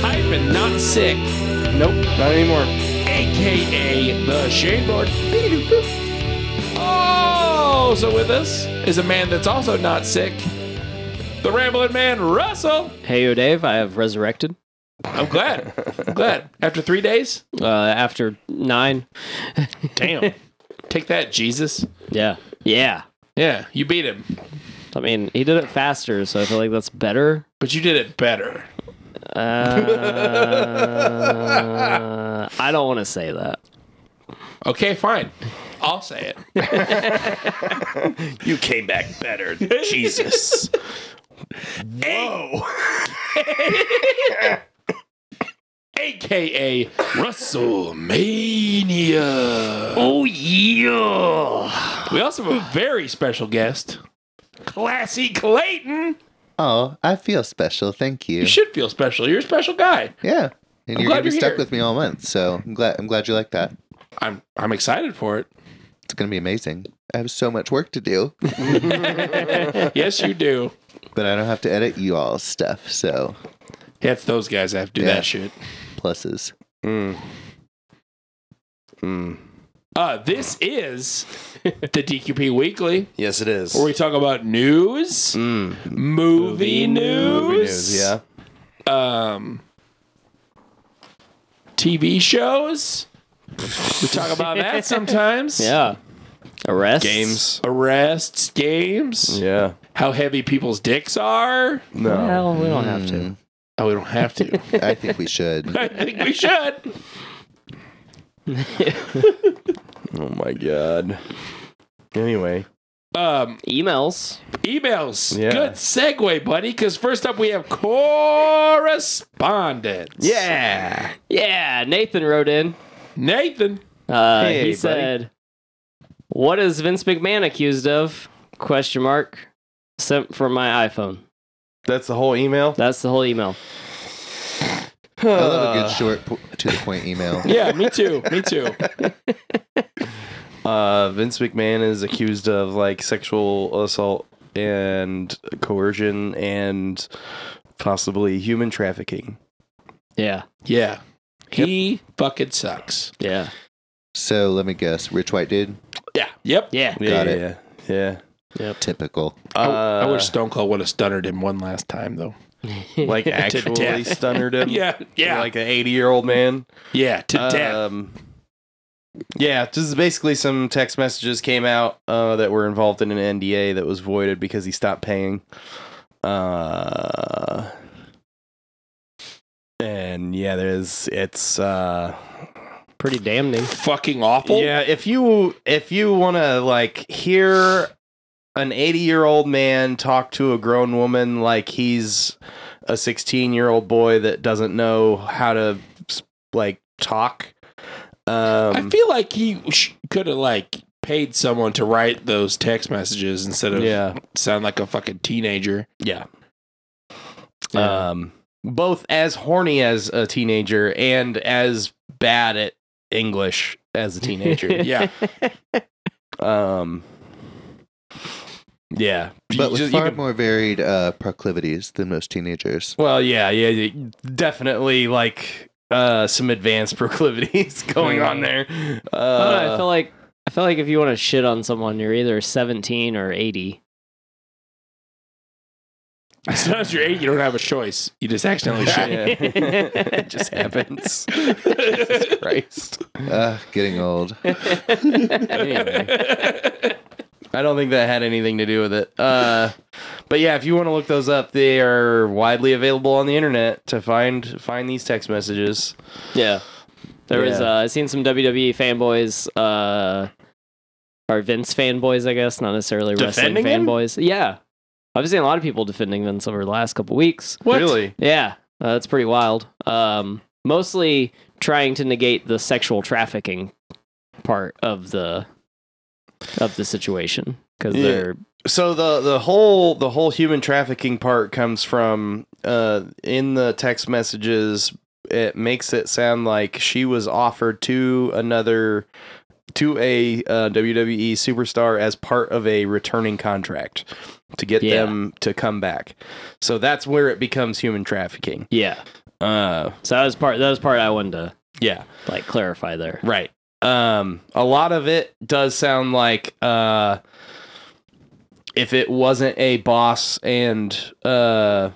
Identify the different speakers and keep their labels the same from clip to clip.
Speaker 1: Not sick,
Speaker 2: Nope, not anymore.
Speaker 1: aka the Shade Lord. Oh, so with us is a man that's also not sick. The rambling man, Russell.
Speaker 3: Hey, yo, Dave. I have resurrected
Speaker 1: I'm glad. I'm glad. After three days,
Speaker 3: uh, after nine.
Speaker 1: damn. Take that, Jesus.
Speaker 3: Yeah, yeah.
Speaker 1: Yeah, you beat him,
Speaker 3: I mean, he did it faster, so I feel like that's better.
Speaker 1: but you did it better.
Speaker 3: Uh, I don't want to say that.
Speaker 1: Okay, fine. I'll say it.
Speaker 2: You came back better, Jesus. Whoa.
Speaker 1: AKA WrestleMania.
Speaker 3: Oh yeah.
Speaker 1: We also have a very special guest, Classy Clayton.
Speaker 4: Oh, I feel special. Thank you.
Speaker 1: You should feel special. You're a special guy.
Speaker 4: yeah. And you're
Speaker 1: glad
Speaker 4: gonna be
Speaker 1: you're
Speaker 4: stuck
Speaker 1: here.
Speaker 4: with me all month, so I'm glad. I'm glad you like that.
Speaker 1: I'm I'm excited for it.
Speaker 4: It's gonna be amazing. I have so much work to do,
Speaker 1: Yes, you do.
Speaker 4: but I don't have to edit you all stuff. So
Speaker 1: Yeah, it's those guys that have to do
Speaker 4: Yeah.
Speaker 1: that shit.
Speaker 4: pluses.
Speaker 2: Mm. Mm.
Speaker 1: Uh, this is the DQP Weekly,
Speaker 2: Yes, it is.
Speaker 1: where we talk about news,
Speaker 2: Mm.
Speaker 1: movie news,
Speaker 2: Movie news, yeah.
Speaker 1: um, TV shows. We talk about that sometimes.
Speaker 3: Yeah. Arrest
Speaker 2: Games.
Speaker 1: Arrests, games,
Speaker 2: Yeah.
Speaker 1: how heavy people's dicks are.
Speaker 2: No.
Speaker 3: Well, we don't have to.
Speaker 1: Oh, we don't have to.
Speaker 4: I think we should.
Speaker 1: I think we should.
Speaker 2: Oh my god. Anyway,
Speaker 1: Um,
Speaker 3: Emails.
Speaker 1: emails.
Speaker 2: Yeah.
Speaker 1: Good segue, buddy. Because first up, we have correspondence.
Speaker 2: yeah.
Speaker 3: Yeah. Nathan wrote in.
Speaker 1: Nathan.
Speaker 3: Uh,
Speaker 2: Hey,
Speaker 3: he
Speaker 2: buddy.
Speaker 3: said, "What is Vince McMahon accused of?" Question mark. Sent from my iPhone.
Speaker 2: That's the whole email.
Speaker 3: That's the whole email.
Speaker 4: I love a good short, po- to the point email.
Speaker 1: Yeah, me too. Me too.
Speaker 2: Uh, Vince McMahon is accused of like sexual assault and coercion and possibly human trafficking.
Speaker 3: Yeah.
Speaker 1: Yeah. He fucking sucks.
Speaker 3: Yeah.
Speaker 4: So let me guess, rich white dude,
Speaker 1: Yeah. Yep.
Speaker 3: Yeah.
Speaker 2: Yeah,
Speaker 4: Got
Speaker 2: yeah,
Speaker 4: it.
Speaker 2: yeah. yeah.
Speaker 4: typical.
Speaker 1: I, I
Speaker 2: Uh,
Speaker 1: wish Stone Cold would have stuttered him one last time, though.
Speaker 2: like
Speaker 1: death.
Speaker 2: actually stunnered him.
Speaker 1: Yeah. Yeah.
Speaker 2: like an eighty-year-old man.
Speaker 1: yeah. To death.
Speaker 2: Um, yeah, this is basically some text messages came out uh, that were involved in an NDA that was voided because he stopped paying. Uh, and yeah, there's it's uh,
Speaker 3: Pretty damning.
Speaker 1: Fucking awful.
Speaker 2: yeah. If you if you want to like hear an 80 year old man talk to a grown woman like he's a 16 year old boy that doesn't know how to like talk. Um,
Speaker 1: I feel like he sh- could have like paid someone to write those text messages instead of
Speaker 2: yeah.
Speaker 1: sound like a fucking teenager.
Speaker 2: Yeah.
Speaker 3: Yeah.
Speaker 2: Um, both as horny as a teenager and as bad at English as a teenager.
Speaker 1: Yeah.
Speaker 2: um, yeah,
Speaker 4: But
Speaker 2: You
Speaker 4: with
Speaker 2: just- you
Speaker 4: far
Speaker 2: can-
Speaker 4: more varied uh, proclivities than most teenagers.
Speaker 2: well, yeah, yeah, yeah, definitely like uh, some advanced proclivities going on there. Uh,
Speaker 3: Oh, I, don't know, I feel like I feel like if you want to shit on someone, you're either 17 or 80.
Speaker 1: Sometimes you're eight, you don't have a choice. You just accidentally shit.
Speaker 2: yeah. it just happens. Jesus Christ.
Speaker 4: Ah, getting old.
Speaker 2: Anyway. I don't think that had anything to do with it. Uh, but yeah, if you want to look those up, they are widely available on the internet to find find these text messages.
Speaker 3: Yeah. There was uh,
Speaker 2: Yeah.
Speaker 3: I seen some WWE fanboys uh or Vince fanboys, I guess, not necessarily wrestling
Speaker 2: Defending him?
Speaker 3: fanboys. Yeah. I've seen a lot of people defending Vince over the last couple weeks.
Speaker 1: What?
Speaker 2: Really?
Speaker 3: Yeah. Uh, that's pretty wild. Um mostly trying to negate the sexual trafficking part of the of the situation cuz
Speaker 2: Yeah.
Speaker 3: they're
Speaker 2: So the the whole the whole human trafficking part comes from uh, in the text messages. It makes it sound like she was offered to another to a uh, WWE superstar as part of a returning contract to get
Speaker 3: Yeah.
Speaker 2: them to come back. So that's where it becomes human trafficking.
Speaker 3: yeah.
Speaker 2: Uh,
Speaker 3: So that was part. That was part I wanted to
Speaker 2: yeah.
Speaker 3: like clarify there.
Speaker 2: Right. Um, a lot of it does sound like uh, if it wasn't a boss and uh,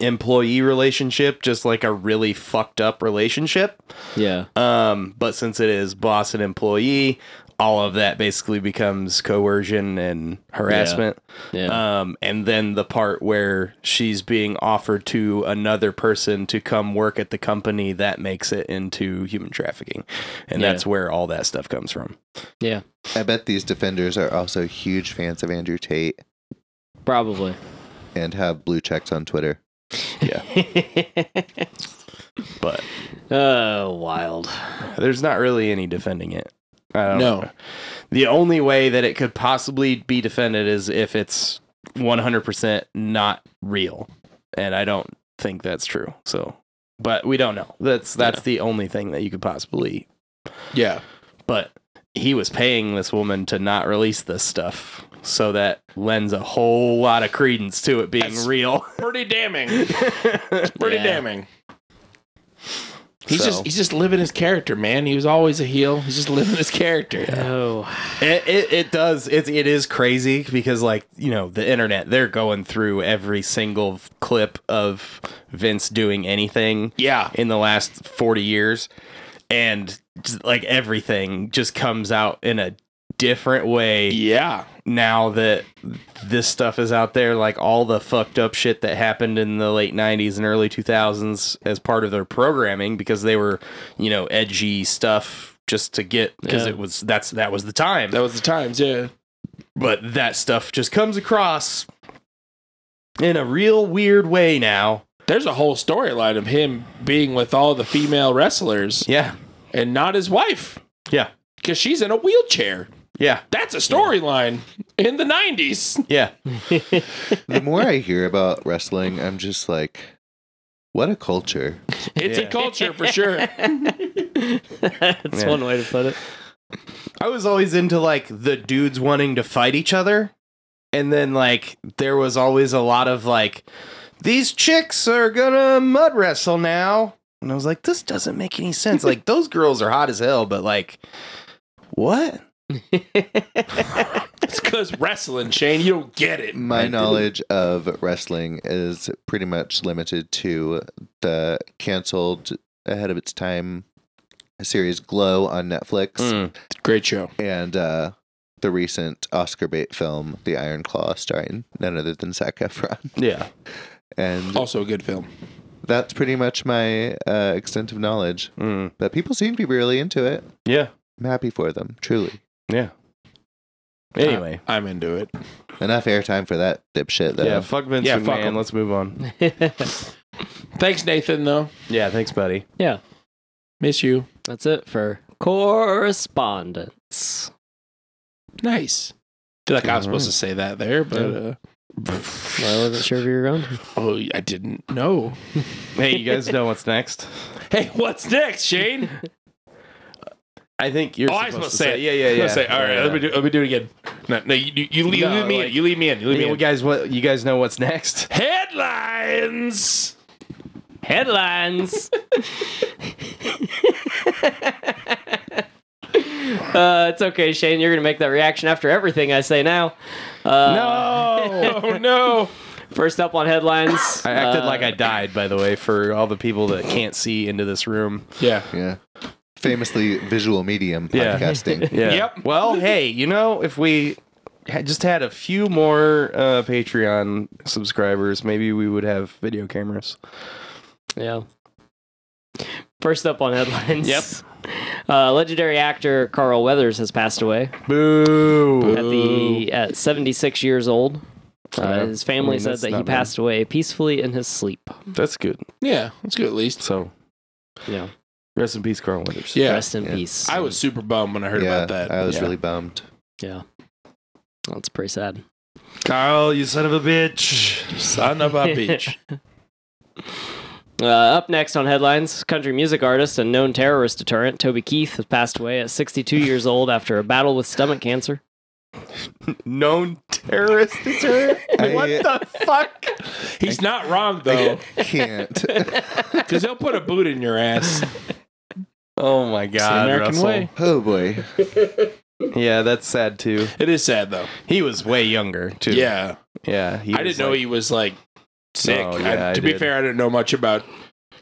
Speaker 2: employee relationship, just like a really fucked up relationship.
Speaker 3: Yeah.
Speaker 2: Um, but since it is boss and employee, all of that basically becomes coercion and harassment.
Speaker 3: Yeah.
Speaker 2: Um, and then the part where she's being offered to another person to come work at the company that makes it into human trafficking, and
Speaker 3: Yeah.
Speaker 2: that's where all that stuff comes from.
Speaker 4: I bet these defenders are also huge fans of Andrew Tate
Speaker 3: probably.
Speaker 4: and have blue checks on Twitter.
Speaker 2: But
Speaker 3: oh, wild.
Speaker 2: there's not really any defending it. I don't
Speaker 1: No.
Speaker 2: know. The only way that it could possibly be defended is if it's 100% not real, and I don't think that's true. So, but we don't know. That's that's the only thing that you could possibly
Speaker 1: Yeah.
Speaker 2: but he was paying this woman to not release this stuff so that lends a whole lot of credence to it being
Speaker 1: That's-
Speaker 2: real
Speaker 1: Pretty damning. Pretty
Speaker 3: Yeah.
Speaker 1: damning. He's
Speaker 2: So-
Speaker 1: just he's just living his character, man. He was always a heel. He's just living his character.
Speaker 3: Oh,
Speaker 2: it, it, it does it, it is crazy because like you know the internet they're going through every single clip of vince doing anything
Speaker 1: Yeah.
Speaker 2: in the last 40 years and just, like everything just comes out in a different way
Speaker 1: Yeah.
Speaker 2: now that this stuff is out there, like all the fucked up shit that happened in the late 90s and early 2000s as part of their programming because they were, you know, edgy stuff just to get because
Speaker 3: Yeah.
Speaker 2: it was that's that was the time.
Speaker 1: That was the times, yeah.
Speaker 2: but that stuff just comes across in a real weird way now.
Speaker 1: There's a whole storyline of him being with all the female wrestlers
Speaker 2: Yeah.
Speaker 1: and not his wife.
Speaker 2: Yeah.
Speaker 1: Because she's in a wheelchair.
Speaker 2: Yeah.
Speaker 1: That's a storyline in the 90s.
Speaker 2: Yeah.
Speaker 4: The more I hear about wrestling, I'm just like, what a culture.
Speaker 1: It's
Speaker 2: Yeah.
Speaker 1: a culture for sure.
Speaker 3: that's
Speaker 2: Yeah.
Speaker 3: one way to put it.
Speaker 2: I was always into like the dudes wanting to fight each other. And then like there was always a lot of like these chicks are gonna mud wrestle now. And I was like, this doesn't make any sense. like those girls are hot as hell, but like what?
Speaker 1: It's because wrestling, Shane. You don't get it.
Speaker 4: My knowledge of wrestling is pretty much limited to the canceled ahead of its time series Glow on Netflix
Speaker 2: Mm,
Speaker 1: Great show.
Speaker 4: and uh, the recent Oscar bait film The Iron Claw starring none other than Zac Efron.
Speaker 2: Yeah.
Speaker 4: And
Speaker 1: Also a good film.
Speaker 4: that's pretty much my uh, extent of knowledge.
Speaker 2: Mm.
Speaker 4: But people seem to be really into it.
Speaker 2: Yeah.
Speaker 4: I'm happy for them, truly.
Speaker 2: Yeah. Anyway.
Speaker 1: I, am into it.
Speaker 4: Enough airtime for that dipshit, though.
Speaker 2: yeah, fuck Vince
Speaker 1: Yeah,
Speaker 2: McMahon.
Speaker 1: fuck 'em.
Speaker 2: Let's move on.
Speaker 1: Thanks, Nathan, though.
Speaker 2: Yeah, thanks, buddy.
Speaker 3: yeah,
Speaker 1: Miss you.
Speaker 3: that's it for correspondence.
Speaker 1: Nice. feel like I was
Speaker 2: All
Speaker 1: supposed to say that there, but uh,
Speaker 3: Well, I wasn't sure if you were going.
Speaker 1: oh, I didn't know.
Speaker 2: Hey, you guys know what's next?
Speaker 1: Hey, what's next, Shane?
Speaker 2: I think you're
Speaker 1: Oh, I was
Speaker 2: supposed
Speaker 1: supposed to
Speaker 2: to
Speaker 1: say it.
Speaker 2: Yeah, yeah, yeah.
Speaker 1: Let's say, all right,
Speaker 2: Yeah.
Speaker 1: let me do, let me do it again. No, no, you, you, you leave,
Speaker 2: No,
Speaker 1: leave me
Speaker 2: like-
Speaker 1: in. You leave me in. You leave
Speaker 2: I
Speaker 1: me in.
Speaker 2: mean, you guys what you guys know what's next?
Speaker 1: Headlines.
Speaker 3: Headlines. uh, it's okay, Shane. You're gonna make that reaction after everything I say now. Uh,
Speaker 1: No. oh no.
Speaker 3: First up on headlines.
Speaker 2: I acted
Speaker 3: uh,
Speaker 2: like I died, by the way, for all the people that can't see into this room.
Speaker 1: Yeah.
Speaker 4: Yeah. Famously visual medium
Speaker 2: Yeah.
Speaker 4: podcasting.
Speaker 2: Yeah.
Speaker 1: Yep.
Speaker 2: Well, hey, you know, if we had just had a few more uh, Patreon subscribers, maybe we would have video cameras.
Speaker 3: Yeah. First up on headlines. Yep. Uh, legendary actor Carl Weathers has passed away
Speaker 2: Boo.
Speaker 3: at the at 76 years old. Uh,
Speaker 2: Yeah.
Speaker 3: his
Speaker 2: I
Speaker 3: family
Speaker 2: mean,
Speaker 3: said
Speaker 2: that's
Speaker 3: that he
Speaker 2: not bad.
Speaker 3: passed away peacefully in his sleep.
Speaker 2: That's good.
Speaker 1: Yeah. Let's go at least.
Speaker 2: So,
Speaker 3: Yeah.
Speaker 2: rest in peace, Carl Winters.
Speaker 1: Yeah.
Speaker 3: Rest in
Speaker 4: Yeah.
Speaker 3: peace.
Speaker 1: I was super bummed when I heard
Speaker 4: Yeah,
Speaker 1: about that.
Speaker 4: I was
Speaker 2: Yeah.
Speaker 4: really bummed.
Speaker 3: Yeah. That's pretty sad.
Speaker 2: Carl, you son of a bitch.
Speaker 1: Son of a bitch.
Speaker 3: Uh, up next on headlines, country music artist and known terrorist deterrent Toby Keith has passed away at 62 years old after a battle with stomach cancer.
Speaker 2: known terrorist. Is her?
Speaker 4: I-
Speaker 2: what the fuck?
Speaker 1: He's not wrong though,
Speaker 4: Can't.
Speaker 1: because he'll put a boot in your ass.
Speaker 2: Oh my
Speaker 1: It's the
Speaker 2: god,
Speaker 1: American
Speaker 2: Russell.
Speaker 1: way.
Speaker 4: Oh boy.
Speaker 2: Yeah, that's sad too.
Speaker 1: It is sad though.
Speaker 2: He was way younger too.
Speaker 1: Yeah,
Speaker 2: yeah. He
Speaker 1: I didn't
Speaker 2: was
Speaker 1: know
Speaker 2: like-
Speaker 1: he was like sick.
Speaker 2: No,
Speaker 1: I-
Speaker 2: yeah, I
Speaker 1: to be
Speaker 2: did.
Speaker 1: fair, I didn't know much about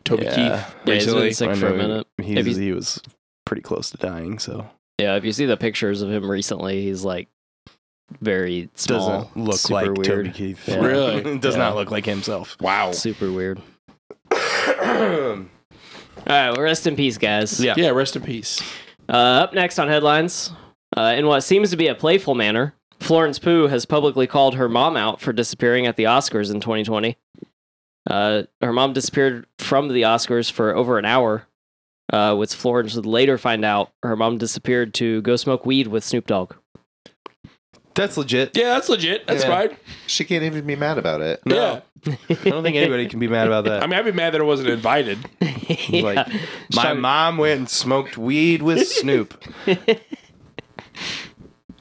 Speaker 1: Toby
Speaker 2: Yeah.
Speaker 1: Keith
Speaker 3: Yeah, he's been
Speaker 1: recently.
Speaker 3: sick
Speaker 2: I
Speaker 3: for a
Speaker 2: know he-
Speaker 3: minute.
Speaker 2: he's-
Speaker 3: Have you-
Speaker 2: he was pretty close to dying, so
Speaker 3: Yeah, if you see the pictures of him recently, he's like very small.
Speaker 2: doesn't look
Speaker 3: super
Speaker 2: like
Speaker 3: weird.
Speaker 2: Toby Keith.
Speaker 3: Yeah.
Speaker 1: Really?
Speaker 2: does
Speaker 3: Yeah.
Speaker 2: not look like himself.
Speaker 1: Wow.
Speaker 3: Super weird.
Speaker 2: yeah.
Speaker 3: All right, well, rest in peace, guys.
Speaker 1: Yeah. Rest in peace.
Speaker 3: Uh, up next on headlines, uh, in what seems to be a playful manner, Florence Pugh has publicly called her mom out for disappearing at the Oscars in 2020. Uh, her mom disappeared from the Oscars for over an hour, uh, which Florence would later find out her mom disappeared to go smoke weed with Snoop Dogg.
Speaker 2: That's legit.
Speaker 1: Yeah, that's legit. That's
Speaker 2: Yeah.
Speaker 1: fine.
Speaker 4: She can't even be mad about it.
Speaker 2: No.
Speaker 1: Yeah.
Speaker 2: I don't think anybody can be mad about that.
Speaker 1: I mean, I'd be mad that I wasn't invited.
Speaker 3: Yeah.
Speaker 2: Like, My
Speaker 3: Some-
Speaker 2: mom went and smoked weed with Snoop.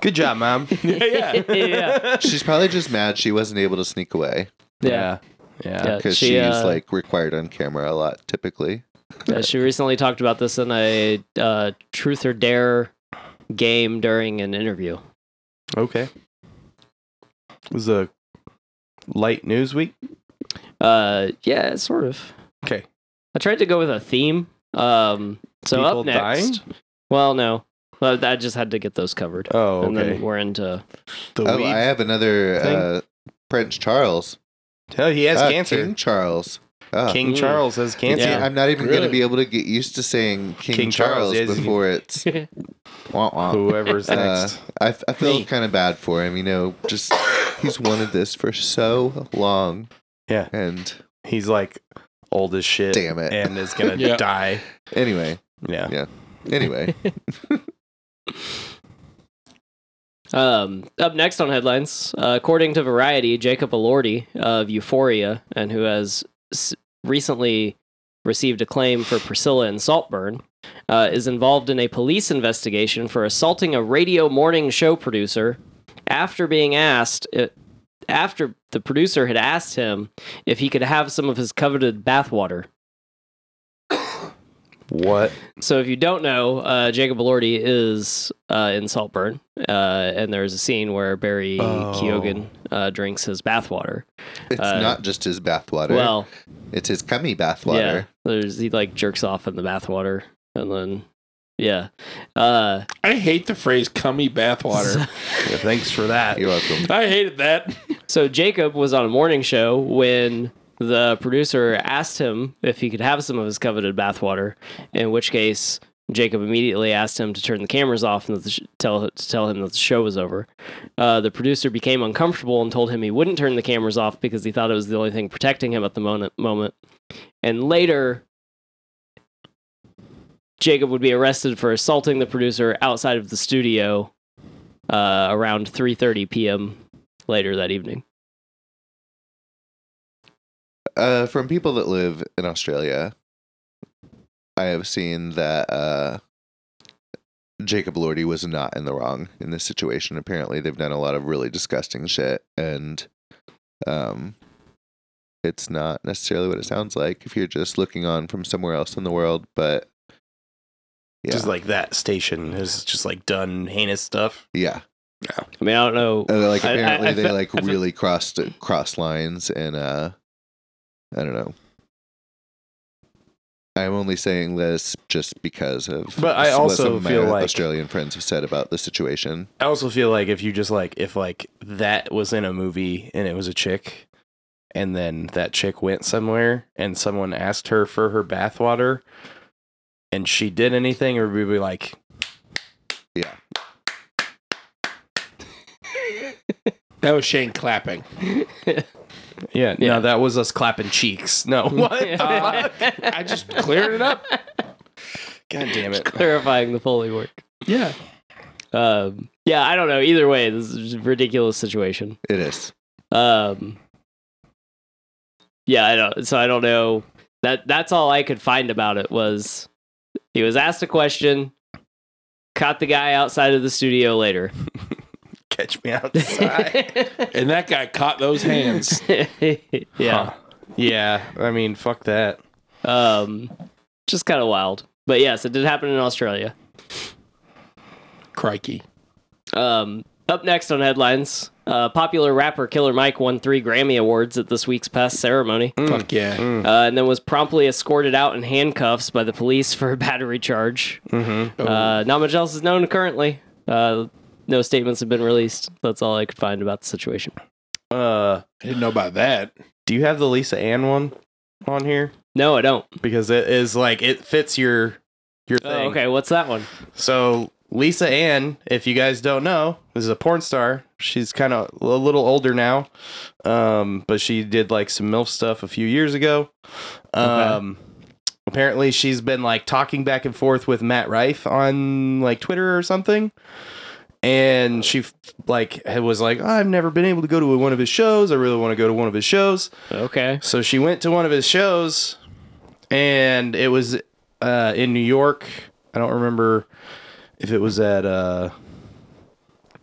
Speaker 2: Good job, mom.
Speaker 1: yeah, yeah.
Speaker 3: yeah.
Speaker 4: She's probably just mad she wasn't able to sneak away
Speaker 3: Yeah.
Speaker 2: Yeah.
Speaker 3: Yeah.
Speaker 4: because
Speaker 3: She,
Speaker 4: she's
Speaker 3: uh,
Speaker 4: like required on camera a lot typically.
Speaker 3: Uh, she recently talked about this in a uh, truth or dare game during an interview.
Speaker 2: Okay. It was a light news week.
Speaker 3: Uh, yeah, sort of.
Speaker 2: Okay.
Speaker 3: I tried to go with a theme. Um, so
Speaker 2: People
Speaker 3: up next. Well, no, Well, I just had to get those covered,
Speaker 2: Oh,
Speaker 3: and
Speaker 2: okay.
Speaker 3: then we're into.
Speaker 2: The
Speaker 4: Oh,
Speaker 2: weed.
Speaker 4: I have another
Speaker 2: thing?
Speaker 4: uh, Prince Charles.
Speaker 2: oh, he has
Speaker 3: Uh,
Speaker 4: Ah,
Speaker 2: cancer.
Speaker 4: King
Speaker 2: King,
Speaker 4: Charles. Ah.
Speaker 3: Mm.
Speaker 2: Charles has cancer.
Speaker 4: See,
Speaker 3: Yeah.
Speaker 4: I'm not even going
Speaker 1: Really?
Speaker 4: to be able to get used to saying King,
Speaker 2: King
Speaker 4: Charles,
Speaker 2: Charles, yes.
Speaker 4: before it's. wah, wah.
Speaker 2: Whoever's
Speaker 4: Uh,
Speaker 2: next.
Speaker 4: I, I feel
Speaker 3: Me.
Speaker 4: kind of bad for him. You know, just he's wanted this for so long.
Speaker 2: Yeah.
Speaker 4: And
Speaker 2: He's like old as shit.
Speaker 4: Damn it.
Speaker 2: And is gonna
Speaker 1: Yeah.
Speaker 2: die.
Speaker 4: anyway,
Speaker 2: Yeah.
Speaker 4: Yeah. anyway,
Speaker 3: Um, up next on headlines, uh, according to Variety, Jacob Elordi of Euphoria, and who has s- recently received acclaim for Priscilla and Saltburn, uh, is involved in a police investigation for assaulting a radio morning show producer after being asked. uh after the producer had asked him if he could have some of his coveted bathwater.
Speaker 2: What?
Speaker 3: So, if you don't know, uh, Jacob Elordi is uh, in Saltburn, uh, and there's a scene where Barry
Speaker 2: Oh.
Speaker 3: Keoghan uh, drinks his bathwater.
Speaker 4: it's
Speaker 3: Uh,
Speaker 4: not just his bathwater.
Speaker 3: Well,
Speaker 4: it's his cummy
Speaker 3: yeah,
Speaker 4: bathwater.
Speaker 3: there's he like jerks off in the bathwater, and then yeah, uh,
Speaker 1: I hate the phrase "cummy bathwater."
Speaker 2: Yeah, thanks for that.
Speaker 4: You're welcome.
Speaker 1: I hated that.
Speaker 3: So Jacob was on a morning show when the producer asked him if he could have some of his coveted bathwater, in which case Jacob immediately asked him to turn the cameras off and that the sh- tell to tell him that the show was over. Uh, the producer became uncomfortable and told him he wouldn't turn the cameras off because he thought it was the only thing protecting him at the moment. moment. And later, Jacob would be arrested for assaulting the producer outside of the studio uh, around 3:30 p.m. later that evening.
Speaker 4: Uh, from people that live in Australia, I have seen that uh, Jacob Lordy was not in the wrong in this situation. Apparently, they've done a lot of really disgusting shit, and um, it's not necessarily what it sounds like if you're just looking on from somewhere else in the world. But yeah,
Speaker 2: Just like that station has just like done heinous stuff.
Speaker 4: yeah,
Speaker 3: I mean, I don't know.
Speaker 4: Uh, like
Speaker 3: I- I-
Speaker 4: apparently
Speaker 3: I
Speaker 4: they
Speaker 3: fe-
Speaker 4: like
Speaker 3: I fe-
Speaker 4: really crossed cross lines, and uh, I don't know. I'm only saying this just because of
Speaker 2: But I
Speaker 4: s- what
Speaker 2: also
Speaker 4: some of my
Speaker 2: feel like-
Speaker 4: Australian friends have said about the situation.
Speaker 2: I also feel like if you just like if like that was in a movie and it was a chick and then that chick went somewhere and someone asked her for her bathwater and she did anything or we'd be like
Speaker 4: Yeah,
Speaker 1: That was Shane clapping.
Speaker 2: yeah,
Speaker 3: Yeah.
Speaker 2: no that was us clapping cheeks no what the fuck?
Speaker 1: I just cleared it up.
Speaker 2: god damn it
Speaker 3: clarifying the Foley work.
Speaker 1: Yeah.
Speaker 3: Um, yeah, I don't know. Either way, this is a ridiculous situation.
Speaker 4: it is.
Speaker 3: Um, yeah, I don't. So I don't know. That that's all I could find about it was he was asked a question, caught the guy outside of the studio later.
Speaker 2: catch me outside.
Speaker 1: And that guy caught those hands.
Speaker 3: yeah.
Speaker 2: Huh. Yeah. I mean, fuck that.
Speaker 3: Um, just kind of wild. But yes, it did happen in Australia.
Speaker 1: Crikey.
Speaker 3: Um, up next on headlines, uh, popular rapper Killer Mike won three Grammy Awards at this week's past ceremony,
Speaker 1: Fuck yeah.
Speaker 3: uh, and then was promptly escorted out in handcuffs by the police for a battery charge.
Speaker 2: Mm-hmm.
Speaker 3: Uh, not much else is known currently. Uh, no statements have been released. That's all I could find about the situation.
Speaker 2: Uh,
Speaker 1: I didn't know about that.
Speaker 2: do you have the Lisa Ann one on here?
Speaker 3: No, I don't.
Speaker 2: Because it is like it fits your your thing.
Speaker 3: Oh, okay, what's that one?
Speaker 2: So Lisa Ann, if you guys don't know, is a porn star. She's kind of a little older now, um, but she did like some milf stuff a few years ago. Um, Apparently, she's been like talking back and forth with Matt Rife on like Twitter or something. And she like was like, I've never been able to go to one of his shows. I really want to go to one of his shows.
Speaker 3: Okay.
Speaker 2: So she went to one of his shows, and it was uh, in New York. I don't remember if it was at uh,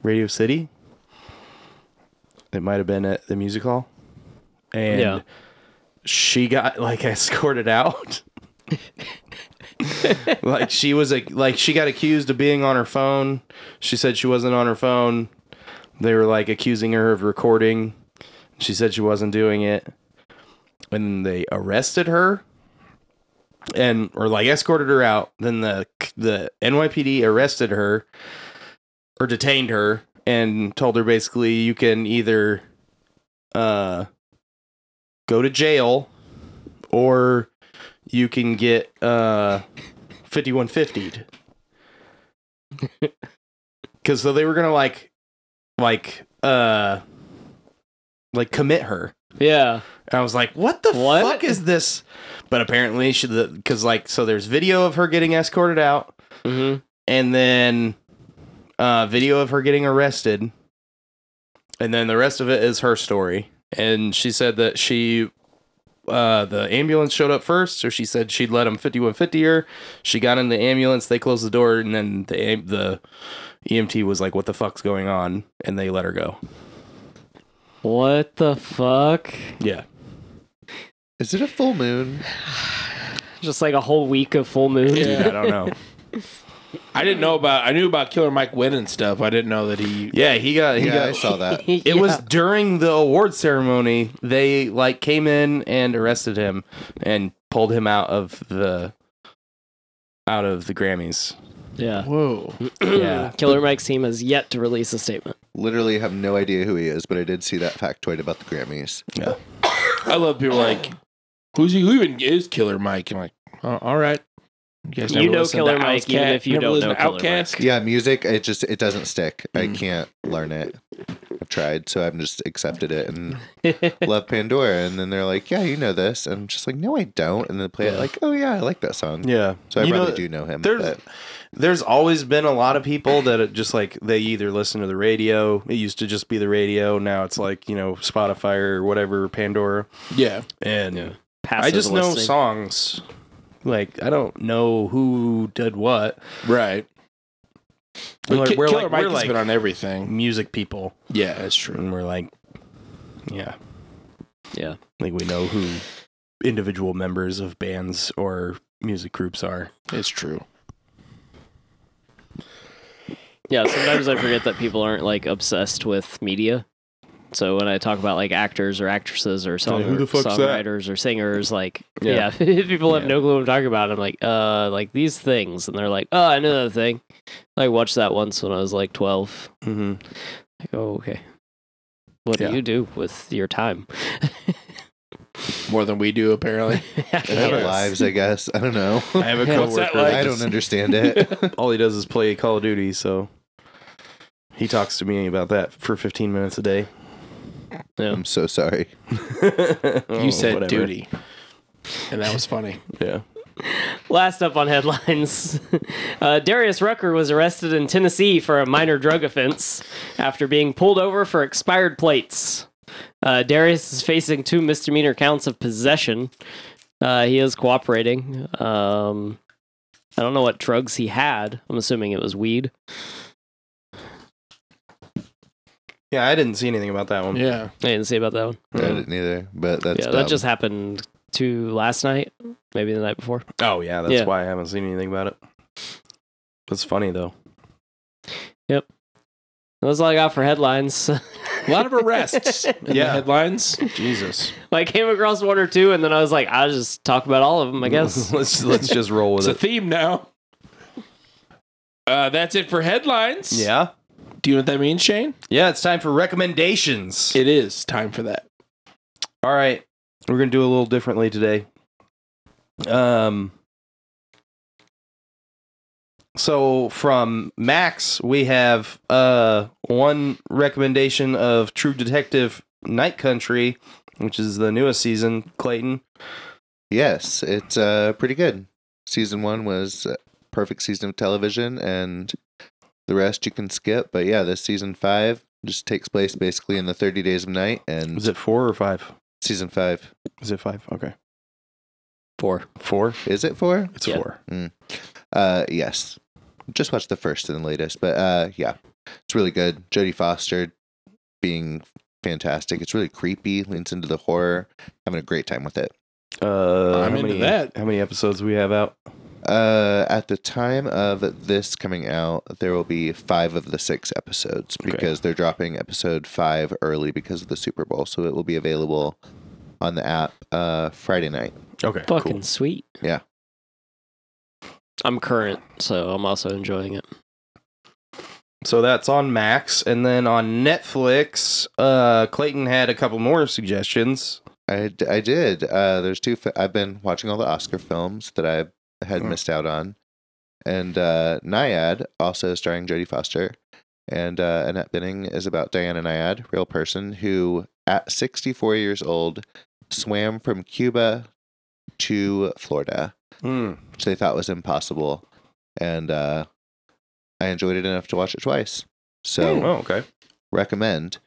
Speaker 2: Radio City. It might have been at the music hall, and
Speaker 3: Yeah.
Speaker 2: she got like escorted out. like she was a, like she got accused of being on her phone. She said she wasn't on her phone. They were like accusing her of recording. She said she wasn't doing it and they arrested her and or like escorted her out then the the NYPD arrested her or detained her and told her basically you can either uh go to jail or you can get uh 5150 cuz so they were going to like like uh like commit her
Speaker 3: Yeah.
Speaker 2: I was like, "What the
Speaker 3: What?
Speaker 2: fuck is this?" But apparently, she because like so, there's video of her getting escorted out,
Speaker 3: Mm-hmm.
Speaker 2: and then uh, video of her getting arrested, and then the rest of it is her story. And she said that she, uh, the ambulance showed up first, so she said she'd let him 5150 her. She got in the ambulance, they closed the door, and then the am- the EMT was like, "What the fuck's going on?" And they let her go.
Speaker 3: What the fuck?
Speaker 2: Yeah,
Speaker 4: Is it a full moon?
Speaker 3: Just like a whole week of full moon.
Speaker 1: Yeah.
Speaker 2: I don't know.
Speaker 1: I didn't know about. I knew about Killer Mike Wynn and stuff. I didn't know that he.
Speaker 2: yeah, he got he
Speaker 4: Yeah,
Speaker 2: got
Speaker 4: I saw that.
Speaker 2: It was during the award ceremony. They like came in and arrested him and pulled him out of the out of the Grammys.
Speaker 3: Yeah.
Speaker 1: Whoa.
Speaker 2: yeah.
Speaker 3: Killer Mike's team has yet to release a statement.
Speaker 4: Literally have no idea who he is, but I did see that factoid about the Grammys.
Speaker 1: I love people like, who's he? Who even is Killer Mike? I'm like, oh, all right. You, guys
Speaker 3: You
Speaker 1: never
Speaker 3: know
Speaker 1: listened
Speaker 3: Killer
Speaker 1: to
Speaker 3: Mike, even
Speaker 1: Outkast-
Speaker 3: if you
Speaker 1: never
Speaker 3: don't
Speaker 1: listened
Speaker 3: know
Speaker 1: to
Speaker 3: Killer Mike.
Speaker 1: Outkast?
Speaker 4: Yeah, music, it just it doesn't stick. I
Speaker 1: Mm.
Speaker 4: can't learn it. I've tried, so I've just accepted it and love Pandora. And then they're like, "Yeah, you know this," and I'm just like, "No, I don't." And then play it like, "Oh yeah, I like that song."
Speaker 2: Yeah.
Speaker 4: So I
Speaker 2: You
Speaker 4: probably
Speaker 2: know,
Speaker 4: do know him.
Speaker 2: There's
Speaker 4: but-
Speaker 2: there's always been a lot of people that it just like they either listen to the radio. It used to just be the radio. Now it's like, you know, Spotify or whatever, Pandora.
Speaker 1: Yeah.
Speaker 2: And
Speaker 3: Passive
Speaker 2: I just know
Speaker 3: listening.
Speaker 2: songs. Like I don't know who did what.
Speaker 1: Right.
Speaker 2: We're like-
Speaker 1: Ki-
Speaker 2: we're
Speaker 1: Killer
Speaker 2: like-
Speaker 1: Mike
Speaker 2: we're
Speaker 1: has
Speaker 2: like-
Speaker 1: been on everything.
Speaker 2: Music people.
Speaker 1: Yeah, that's true.
Speaker 2: and we're like, yeah,
Speaker 3: Yeah.
Speaker 2: like we know who individual members of bands or music groups are.
Speaker 1: It's true.
Speaker 3: Yeah, sometimes I forget that people aren't like obsessed with media. So when I talk about like actors or actresses or song-
Speaker 2: Like, who the fuck's that?
Speaker 3: songwriters or singers, like yeah,
Speaker 2: Yeah.
Speaker 3: people have
Speaker 2: Yeah.
Speaker 3: no clue what I'm talking about. I'm like, uh, like these things, and they're like, oh, I know that thing. I watched that once when I was like 12.
Speaker 2: Mm-hmm.
Speaker 3: Like, oh, okay. What
Speaker 2: Yeah.
Speaker 3: do you do with your time?
Speaker 1: More than we do, apparently.
Speaker 4: they have
Speaker 1: Yes.
Speaker 4: lives, I guess. I don't know.
Speaker 2: I have a
Speaker 1: What's that
Speaker 2: coworker.
Speaker 1: like?
Speaker 2: that
Speaker 4: I
Speaker 2: just-
Speaker 4: don't understand it.
Speaker 3: Oh,
Speaker 2: All he does is play Call of Duty, so he talks to me about that for 15 minutes a day.
Speaker 4: I'm so sorry.
Speaker 1: you said duty. And that was funny.
Speaker 2: Yeah.
Speaker 3: Last up on headlines, uh, Darius Rucker was arrested in Tennessee for a minor drug offense after being pulled over for expired plates. Uh, Darius is facing two misdemeanor counts of possession. Uh, he is cooperating. Um, I don't know what drugs he had. I'm assuming it was weed.
Speaker 2: Yeah, I didn't see anything about that
Speaker 3: Um,
Speaker 2: one.
Speaker 1: Yeah.
Speaker 3: I didn't see about that one.
Speaker 4: I didn't either, but that's
Speaker 3: yeah,
Speaker 4: dumb.
Speaker 3: that just happened to last night, maybe the night before.
Speaker 2: Oh yeah, that's
Speaker 3: Yeah.
Speaker 2: why I haven't seen anything about it. That's funny though.
Speaker 3: That's all I got for headlines.
Speaker 1: A lot of arrests in the
Speaker 2: Yeah.
Speaker 1: headlines.
Speaker 2: Jesus.
Speaker 3: I came across one or two, and then I was like, I'll just talk about all of them, I guess.
Speaker 2: let's let's just roll
Speaker 1: It's
Speaker 2: with
Speaker 1: a
Speaker 2: it.
Speaker 1: theme now. Uh, that's it for headlines.
Speaker 2: Yeah.
Speaker 1: Do you know what that means, Shane?
Speaker 2: Yeah, it's time for recommendations.
Speaker 1: It is time for that.
Speaker 2: All right. We're going to do a little differently today. Um So from Max, we have uh one recommendation of True Detective Night Country, which is the newest season, Clayton.
Speaker 4: Yes, it's uh, pretty good. Season one was a perfect season of television, and the rest you can skip. But yeah, this season five just takes place basically in the 30 days of night, and
Speaker 2: it 4 or 5?
Speaker 4: season five
Speaker 2: Is it 5? Okay.
Speaker 3: Four.
Speaker 2: 4?
Speaker 4: is it four?
Speaker 2: It's
Speaker 3: Yeah.
Speaker 2: 4.
Speaker 4: Uh, yes. Just watch the first and the latest, but uh, yeah, it's really good. Jodie Foster being fantastic. It's really creepy, leans into the horror. Having a great time with it.
Speaker 2: Uh
Speaker 1: I'm
Speaker 2: how
Speaker 1: into
Speaker 2: many,
Speaker 1: that.
Speaker 2: How many episodes we have out?
Speaker 4: Uh, at the time of this coming out, there will be five of the six episodes
Speaker 2: Okay.
Speaker 4: because they're dropping episode five early because of the Super Bowl. So it will be available on the app uh, Friday night.
Speaker 2: Okay.
Speaker 3: Fucking sweet.
Speaker 4: Yeah.
Speaker 3: I'm current, so I'm also enjoying it.
Speaker 2: So that's on Max, and then on Netflix, uh, Clayton had a couple more suggestions.
Speaker 4: I, d- I did. Uh, there's two. Fi- I've been watching all the Oscar films that I had
Speaker 2: Mm.
Speaker 4: missed out on, and uh, Naiad, also starring Jodie Foster, and uh, Annette Benning is about Diana Nyad, real person who, at 64 years old, swam from Cuba to Florida, which they thought was impossible, and uh, I enjoyed it enough to watch it twice. So
Speaker 2: Oh, okay.
Speaker 4: recommend.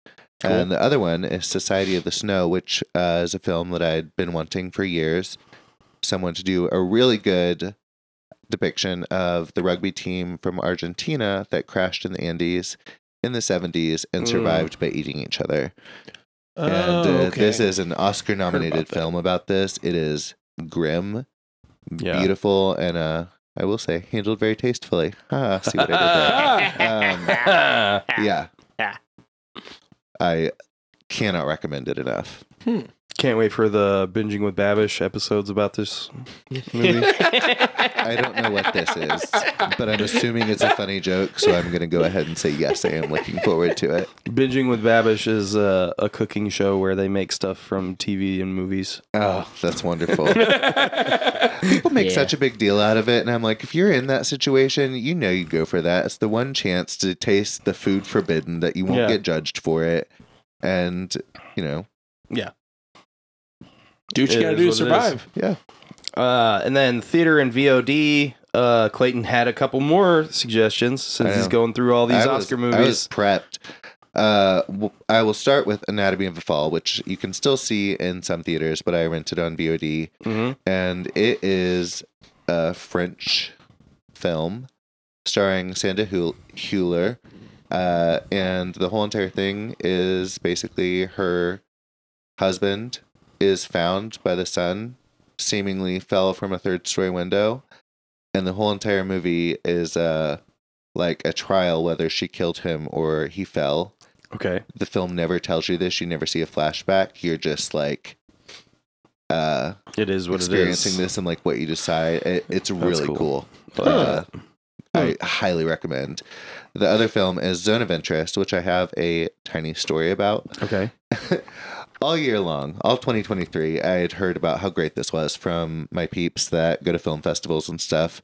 Speaker 2: Cool.
Speaker 4: And the other one is Society of the Snow, which uh, is a film that I'd been wanting for years. Someone to do a really good depiction of the rugby team from Argentina that crashed in the Andes in the 70s and
Speaker 2: Mm.
Speaker 4: survived by eating each other. and uh, this is an Oscar nominated
Speaker 1: Oh, about that.
Speaker 4: film about this. It is grim,
Speaker 2: Yeah.
Speaker 4: beautiful, and uh, I will say handled very tastefully. Ah, see what I did there. Um, yeah.
Speaker 3: Yeah.
Speaker 4: I cannot recommend it enough.
Speaker 2: Can't wait for the binging with Babish episodes about this movie.
Speaker 4: I don't know what this is, but I'm assuming it's a funny joke, so I'm going to go ahead and say yes, I am looking forward to it.
Speaker 2: binging with Babish is uh, a cooking show where they make stuff from TV and movies.
Speaker 4: Oh, that's wonderful.
Speaker 1: is.
Speaker 4: People make
Speaker 3: Yeah.
Speaker 4: such a big deal out of it, and I'm like, if you're in that situation, you know you'd go for that. It's the one chance to taste the food forbidden that you won't
Speaker 2: Yeah.
Speaker 4: get judged for it. And, you know,
Speaker 1: do what you
Speaker 2: It
Speaker 1: gotta
Speaker 2: is
Speaker 1: do to
Speaker 2: what it
Speaker 1: survive.
Speaker 4: yeah.
Speaker 2: Uh, and then theater and VOD. Uh, Clayton had a couple more suggestions since
Speaker 4: I
Speaker 2: he's
Speaker 4: know.
Speaker 2: going through all these
Speaker 4: I
Speaker 2: Oscar
Speaker 4: was,
Speaker 2: movies.
Speaker 4: I was prepped. Uh, w- I will start with Anatomy of a Fall, which you can still see in some theaters, but I rented on VOD,
Speaker 2: Mhm.
Speaker 4: and it is a French film starring Sandra Hul- Hewler, uh, and the whole entire thing is basically her husband is found by the sun, seemingly fell from a third story window, and the whole entire movie is uh like a trial whether she killed him or he fell.
Speaker 2: Okay.
Speaker 4: The film never tells you this. You never see a flashback. You're just like uh
Speaker 2: It is what it is.
Speaker 4: experiencing this and like what you decide. It, it's really
Speaker 2: cool.
Speaker 4: cool.
Speaker 2: Like
Speaker 4: Uh,
Speaker 2: that.
Speaker 4: I highly recommend. The other film is Zone of Interest, which I have a tiny story about
Speaker 2: Okay.
Speaker 4: all year long, all 2023, I had heard about how great this was from my peeps that go to film festivals and stuff.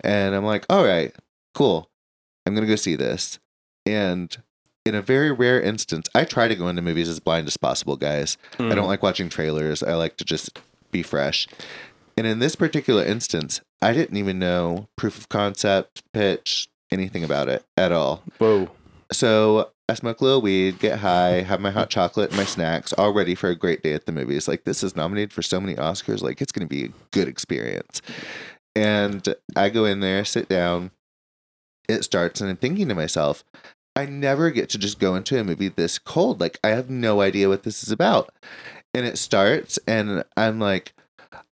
Speaker 4: And I'm like, all right, cool. I'm going to go see this. And in a very rare instance, I try to go into movies as blind as possible, guys. I
Speaker 2: Mm. Hmm.
Speaker 4: don't like watching trailers. I like to just be fresh. And in this particular instance, I didn't even know proof of concept, pitch, anything about it at all.
Speaker 2: Whoa.
Speaker 4: So I smoke a little weed, get high, have my hot chocolate, and my snacks, all ready for a great day at the movies. Like this is nominated for so many Oscars. Like it's going to be a good experience. And I go in there, sit down. It starts, and I'm thinking to myself, I never get to just go into a movie this cold. Like I have no idea what this is about. And it starts and I'm like,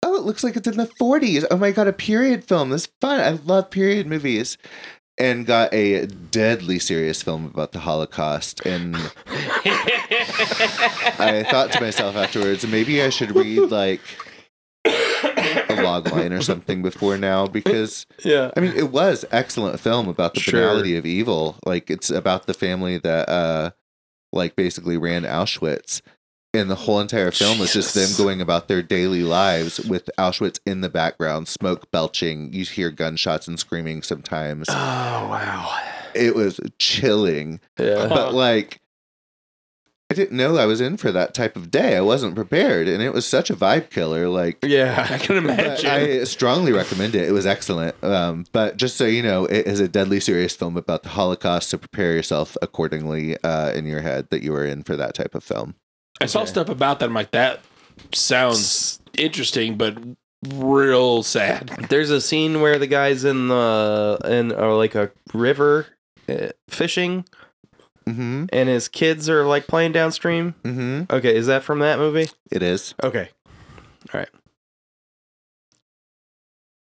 Speaker 4: oh, it looks like it's in the 40s. Oh my god, a period film. This is fun. I love period movies. And got a deadly serious film about the Holocaust. And I thought to myself afterwards, maybe I should read like a log line or something before now because
Speaker 2: Yeah.
Speaker 4: I mean, it was excellent film about the
Speaker 2: Sure.
Speaker 4: banality of evil. Like it's about the family that uh like basically ran Auschwitz. And the whole entire film was just them
Speaker 2: Jesus.
Speaker 4: going about their daily lives with Auschwitz in the background, smoke belching. You hear gunshots and screaming sometimes.
Speaker 2: Oh wow.
Speaker 4: It was chilling.
Speaker 2: Yeah.
Speaker 3: Uh,
Speaker 4: But like I didn't know I was in for that type of day. I wasn't prepared. And it was such a vibe killer. Like
Speaker 1: I
Speaker 2: Yeah.
Speaker 1: can
Speaker 4: but
Speaker 1: imagine.
Speaker 4: I strongly recommend it. It was excellent. Um, but just so you know, it is a deadly serious film about the Holocaust. So prepare yourself accordingly uh, in your head that you are in for that type of film.
Speaker 1: I saw
Speaker 2: Okay.
Speaker 1: stuff about that. I'm like, that sounds interesting, but real sad.
Speaker 2: There's a scene where the guy's in the in or like a river uh, fishing,
Speaker 4: Mm-hmm.
Speaker 2: and his kids are like playing downstream.
Speaker 4: Mm-hmm.
Speaker 2: Okay, is that from that movie?
Speaker 4: It is.
Speaker 2: Okay. All right.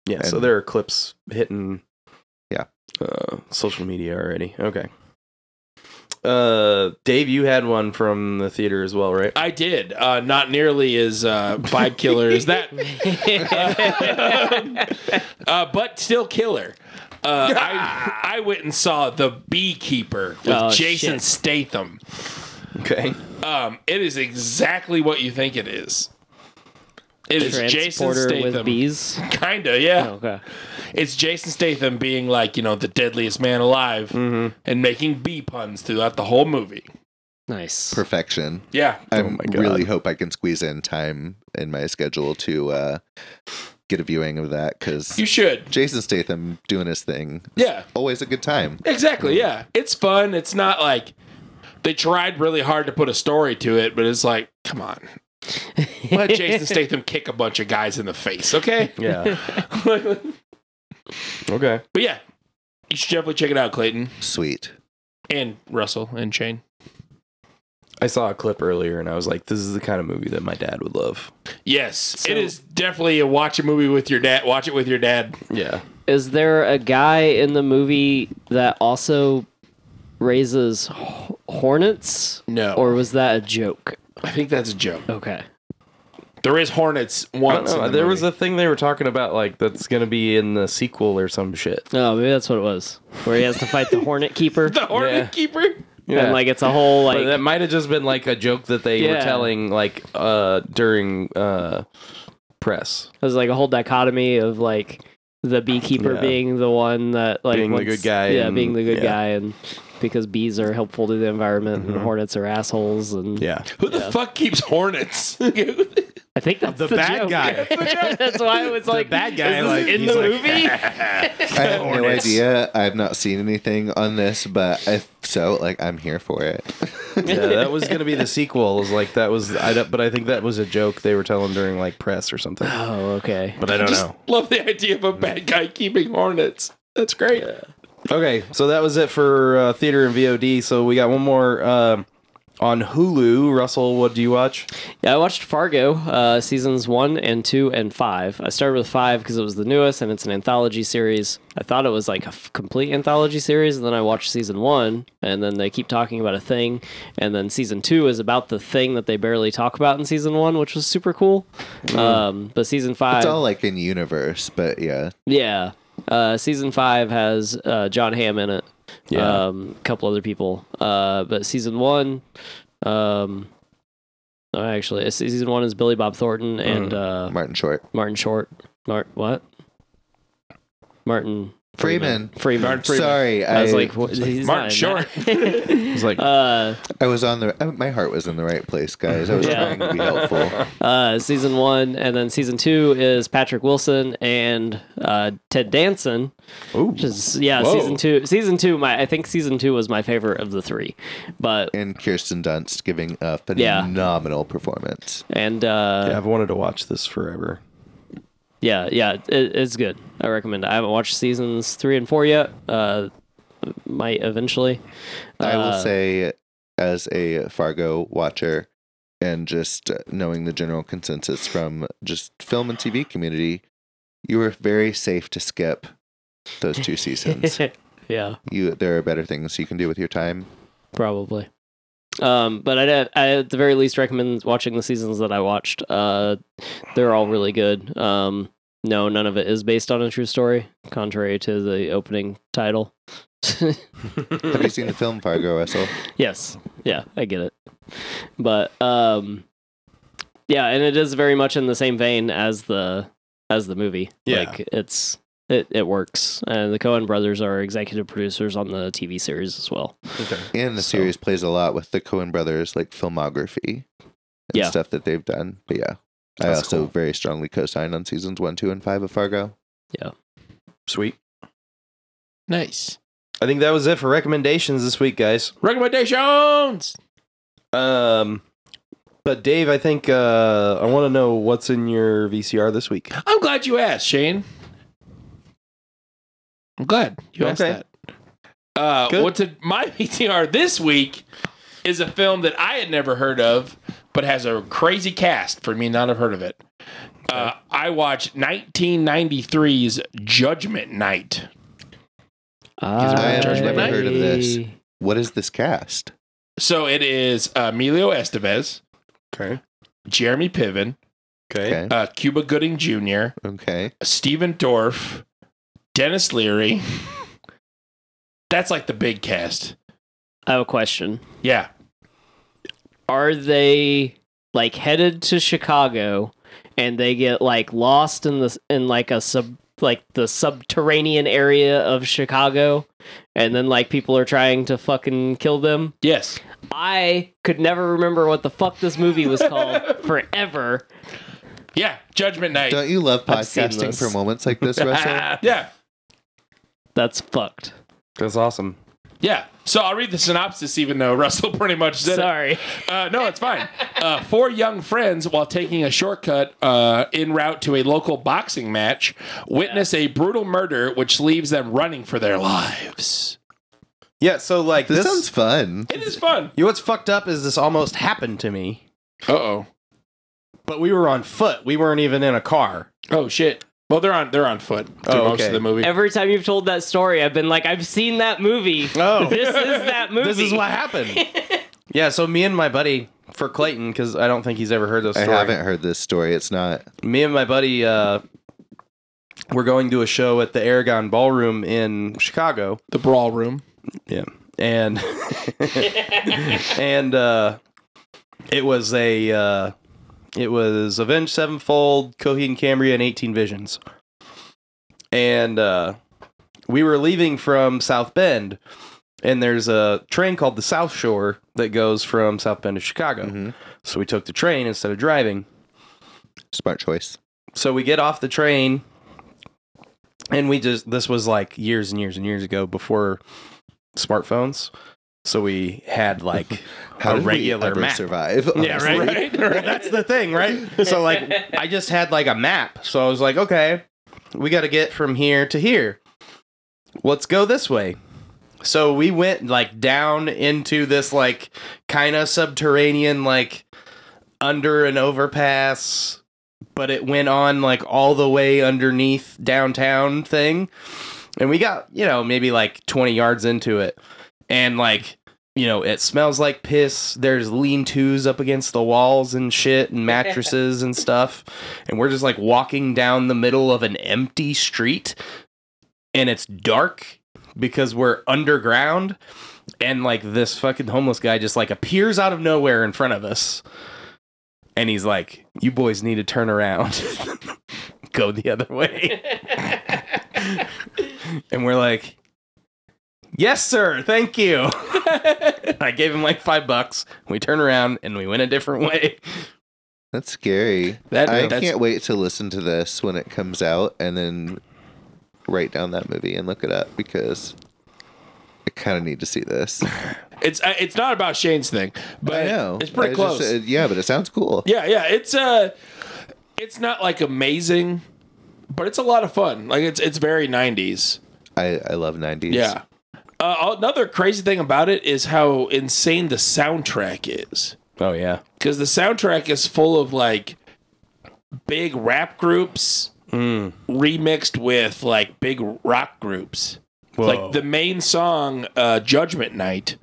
Speaker 2: Yeah, so
Speaker 4: And-
Speaker 2: there are clips hitting
Speaker 4: Yeah.
Speaker 2: uh, social media already. Okay. Uh Dave, you had one from the theater as well, right?
Speaker 1: I did. Uh, not nearly as uh, vibe killer as that, uh, but still killer. Uh, I I went and saw The Beekeeper with
Speaker 3: Oh,
Speaker 1: Jason
Speaker 3: shit.
Speaker 1: Statham.
Speaker 2: Okay.
Speaker 1: Um, it is exactly what you think it is. It is Jason
Speaker 3: Transporter with
Speaker 1: Statham.
Speaker 3: bees.
Speaker 1: Kinda, yeah.
Speaker 3: Oh, okay.
Speaker 1: It's Jason Statham being like, you know, the deadliest man alive
Speaker 2: Mm-hmm.
Speaker 1: and making bee puns throughout the whole movie.
Speaker 3: Nice.
Speaker 4: Perfection.
Speaker 1: Yeah.
Speaker 4: I
Speaker 2: Oh my God.
Speaker 4: really hope I can squeeze in time in my schedule to uh, get a viewing of that because
Speaker 1: You should.
Speaker 4: Jason Statham doing his thing.
Speaker 1: Yeah.
Speaker 4: Always a good time.
Speaker 1: Exactly. Yeah. It's fun. It's not like they tried really hard to put a story to it, but it's like, come on. Let Jason Statham kick a bunch of guys in the face, okay?
Speaker 2: Yeah.
Speaker 1: but
Speaker 2: okay.
Speaker 1: yeah, you should definitely check it out, Clayton
Speaker 4: Sweet.
Speaker 1: and Russell and Shane.
Speaker 2: I saw a clip earlier and I was like, this is the kind of movie that my dad would love.
Speaker 1: Yes,
Speaker 3: So-
Speaker 1: it is definitely a watch a movie with your dad. Watch it with your dad.
Speaker 2: Yeah.
Speaker 3: Is there a guy in the movie that also raises h- hornets,
Speaker 1: No,
Speaker 3: or was that a joke?
Speaker 1: I think that's a joke.
Speaker 3: Okay.
Speaker 1: There is hornets
Speaker 2: I don't
Speaker 1: once. in
Speaker 2: know.
Speaker 1: the
Speaker 2: there was
Speaker 1: movie.
Speaker 2: a thing they were talking about like that's gonna be in the sequel or some shit.
Speaker 3: Oh, maybe that's what it was. Where he has to fight the hornet keeper,
Speaker 1: the hornet
Speaker 2: Yeah.
Speaker 1: keeper.
Speaker 2: Yeah.
Speaker 3: and like it's a whole
Speaker 2: But
Speaker 3: like
Speaker 2: that might have just been like a joke that they were
Speaker 3: Yeah.
Speaker 2: telling like uh during uh press.
Speaker 3: There's like a whole dichotomy of like the beekeeper
Speaker 2: Yeah.
Speaker 3: being the one that like
Speaker 2: Being the
Speaker 3: wants-
Speaker 2: good guy
Speaker 3: yeah,
Speaker 2: and-
Speaker 3: being the good
Speaker 2: yeah. Mm-hmm.
Speaker 3: guy, and because bees are helpful to the environment and hornets are assholes, and
Speaker 2: Yeah.
Speaker 1: Who the fuck keeps hornets?
Speaker 3: I think that's the,
Speaker 2: bad
Speaker 3: joke.
Speaker 2: guy.
Speaker 3: that's why it was like
Speaker 2: bad guy,
Speaker 3: is this
Speaker 2: like,
Speaker 3: in
Speaker 2: he's
Speaker 3: the
Speaker 2: like-
Speaker 3: movie.
Speaker 4: I have no
Speaker 2: Hornets.
Speaker 4: idea. I've not seen anything on this, but if so, like I'm here for it.
Speaker 2: yeah, that was gonna be the sequel. Is like that was I don't, but I think that was a joke they were telling during like press or something.
Speaker 3: oh, okay.
Speaker 2: But I don't
Speaker 1: Just
Speaker 2: know.
Speaker 1: love the idea of a bad guy keeping hornets. That's great.
Speaker 2: Okay, so that was it for uh, theater and VOD. So we got one more um, on Hulu. Russell, what do you watch?
Speaker 3: Yeah, I watched Fargo uh, seasons one and two and five. I started with five because it was the newest and it's an anthology series. I thought it was like a f- complete anthology series, and then I watched season one, and then they keep talking about a thing, and then season two is about the thing that they barely talk about in season one, which was super cool. Um, but season five,
Speaker 4: It's all like in universe, but yeah.
Speaker 3: yeah. Uh, season five has uh, John Hamm in it.
Speaker 2: Yeah.
Speaker 3: Um, a couple other people. Uh, but season one, um, no, actually, uh, season one is Billy Bob Thornton and uh,
Speaker 4: Martin Short.
Speaker 3: Martin Short. Mart what? Martin
Speaker 4: Freeman.
Speaker 3: Freeman.
Speaker 1: Martin Freeman.
Speaker 4: Sorry,
Speaker 3: I
Speaker 4: I,
Speaker 3: was like, what? he's
Speaker 1: Martin
Speaker 3: not
Speaker 1: Short.
Speaker 3: in
Speaker 2: It's like
Speaker 3: that. uh,
Speaker 4: I was on the. I, my heart was in the right place, guys. I was
Speaker 3: Yeah.
Speaker 4: trying to be helpful.
Speaker 3: uh, season one, and then season two is Patrick Wilson and uh, Ted Danson.
Speaker 2: ooh,
Speaker 3: Which is yeah,
Speaker 2: Whoa.
Speaker 3: season two. Season two, my I think season two was my favorite of the three, but
Speaker 4: And Kirsten Dunst giving a
Speaker 3: Yeah.
Speaker 4: phenomenal performance.
Speaker 3: and uh,
Speaker 2: I've wanted to watch this forever.
Speaker 3: yeah, yeah, it, it's good. I recommend. It. I haven't watched seasons three and four yet. Uh, might eventually.
Speaker 4: I will
Speaker 3: Uh,
Speaker 4: say, as a Fargo watcher, and just knowing the general consensus from just film and TV community, you were very safe to skip those two seasons.
Speaker 3: yeah,
Speaker 4: you there are better things you can do with your time.
Speaker 3: probably. Um, but I'd, I at the very least recommend watching the seasons that I watched. Uh, they're all really good. Um, no, none of it is based on a true story, contrary to the opening title.
Speaker 4: Have you seen
Speaker 3: Hmm.
Speaker 4: the film Fargo, Russell?
Speaker 3: Yes. Yeah, I get it. But um yeah, and it is very much in the same vein as the as the movie.
Speaker 2: Yeah.
Speaker 3: Like it's it, it works. And the Cohen brothers are executive producers on the TV series as well.
Speaker 2: Okay.
Speaker 4: And the
Speaker 3: So-
Speaker 4: series plays a lot with the Coen brothers, like filmography and
Speaker 3: Yeah.
Speaker 4: stuff that they've done. But yeah, I
Speaker 2: That's
Speaker 4: also
Speaker 2: cool.
Speaker 4: very strongly co-signed on seasons one, two, and five of Fargo.
Speaker 2: Sweet.
Speaker 1: Nice
Speaker 2: I think that was it for recommendations this week, guys.
Speaker 1: recommendations.
Speaker 2: Um, but Dave, I think uh, I want to know what's in your VCR this week.
Speaker 1: I'm glad you asked, Shane. I'm glad you asked
Speaker 2: Okay.
Speaker 1: that. Uh,
Speaker 2: Good.
Speaker 1: what's in my PTR this week is a film that I had never heard of, but has a crazy cast for me not have heard of it. Uh, I watched 1993's Judgment Night.
Speaker 4: I
Speaker 1: have
Speaker 4: never
Speaker 1: heard
Speaker 4: of this. What is this cast?
Speaker 1: So it is uh, Emilio Estevez,
Speaker 2: Okay.
Speaker 1: Jeremy Piven,
Speaker 2: Okay.
Speaker 4: Okay,
Speaker 1: uh, Cuba Gooding Jr.,
Speaker 4: okay.
Speaker 1: Stephen Dorff, Dennis Leary. That's like the big cast.
Speaker 3: I have a question.
Speaker 1: Yeah.
Speaker 3: Are they like headed to Chicago and they get like lost in the in like a sub like the subterranean area of Chicago and then like people are trying to fucking kill them?
Speaker 1: Yes.
Speaker 3: I could never remember what the fuck this movie was called forever.
Speaker 1: Yeah. Judgment Night.
Speaker 4: Don't you love
Speaker 3: I've seen
Speaker 4: podcasting
Speaker 3: this.
Speaker 4: for moments like this, Russell?
Speaker 2: Ah.
Speaker 1: yeah.
Speaker 3: That's fucked.
Speaker 2: That's awesome.
Speaker 1: Yeah. So I'll read the synopsis, even though Russell pretty much said it.
Speaker 3: Sorry.
Speaker 1: Uh, no, it's fine. Uh, four young friends, while taking a shortcut uh, en route to a local boxing match, witness a brutal murder which leaves them running for their lives.
Speaker 2: Yeah. So like
Speaker 4: This
Speaker 2: this.
Speaker 4: sounds fun.
Speaker 1: It is fun.
Speaker 2: you know what's fucked up is this almost happened to me,
Speaker 1: Uh oh.
Speaker 2: but we were on foot. We weren't even in a car.
Speaker 1: Oh shit. Well, they're on they're on foot through
Speaker 2: Oh,
Speaker 1: most
Speaker 2: okay.
Speaker 1: of the movie.
Speaker 3: Every time you've told that story, I've been like, I've seen that movie.
Speaker 2: Oh.
Speaker 3: This is that movie.
Speaker 2: This is what happened. yeah, so me and my buddy for Clayton, because I don't think he's ever heard this
Speaker 4: I
Speaker 2: story.
Speaker 4: haven't heard this story. It's not.
Speaker 2: Me and my buddy uh, were going to a show at the Aragon Ballroom in Chicago.
Speaker 1: the brawl room.
Speaker 2: Yeah. And and uh, it was a uh, it was Avenged Sevenfold, Coheed and Cambria, and Eighteen Visions. And uh, we were leaving from South Bend, and there's a train called the South Shore that goes from South Bend to Chicago.
Speaker 4: Mhm.
Speaker 2: So we took the train instead of driving.
Speaker 4: Smart choice.
Speaker 2: So we get off the train and we just this was like years and years and years ago before smartphones. So we had like
Speaker 4: How
Speaker 2: a
Speaker 4: did we
Speaker 2: regular
Speaker 4: ever
Speaker 2: map.
Speaker 4: survive?
Speaker 2: Yeah, right.
Speaker 1: Right?
Speaker 2: Well, that's the thing, right? So like I just had like a map. So I was like, okay, we got to get from here to here. Let's go this way. So we went like down into this like kind of subterranean like under an overpass, but it went on like all the way underneath downtown thing. And we got, you know, maybe like 20 yards into it. And like you know, it smells like piss. There's lean tos up against the walls and shit and mattresses and stuff. And we're just like walking down the middle of an empty street and it's dark because we're underground. And like this fucking homeless guy just like appears out of nowhere in front of us. And he's like, You boys need to turn around. Go the other way. and we're like, Yes, sir. Thank you. I gave him like five bucks. We turned around and we went a different way.
Speaker 4: That's scary.
Speaker 1: That
Speaker 4: I
Speaker 1: that's
Speaker 4: can't wait to listen to this when it comes out and then write down that movie and look it up because I kind of need to see this.
Speaker 1: it's uh, it's not about Shane's thing, but
Speaker 4: I know.
Speaker 1: it's pretty
Speaker 4: I
Speaker 1: close.
Speaker 4: just- uh, yeah, but it sounds cool.
Speaker 1: yeah, yeah. It's uh it's not like amazing, but it's a lot of fun. Like it's it's very nineties.
Speaker 4: I, I love 90s.
Speaker 1: Yeah. Uh, another crazy thing about it is how insane the soundtrack is.
Speaker 2: Oh yeah.
Speaker 1: Because the soundtrack is full of like big rap groups remixed with like big rock groups. Like the main song, uh, Judgment Night,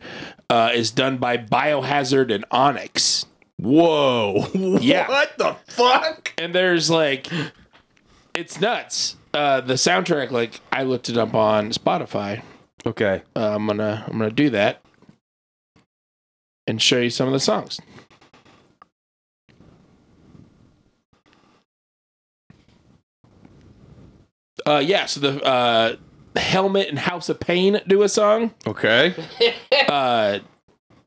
Speaker 1: uh, is done by Biohazard and Onyx.
Speaker 2: Whoa.
Speaker 1: Yeah.
Speaker 2: What the fuck?
Speaker 1: and there's like it's nuts uh the soundtrack like i looked it up on spotify
Speaker 2: Okay.
Speaker 1: uh, i'm gonna i'm gonna do that and show you some of the songs uh yeah so the uh helmet and house of pain do a song
Speaker 2: Okay.
Speaker 1: uh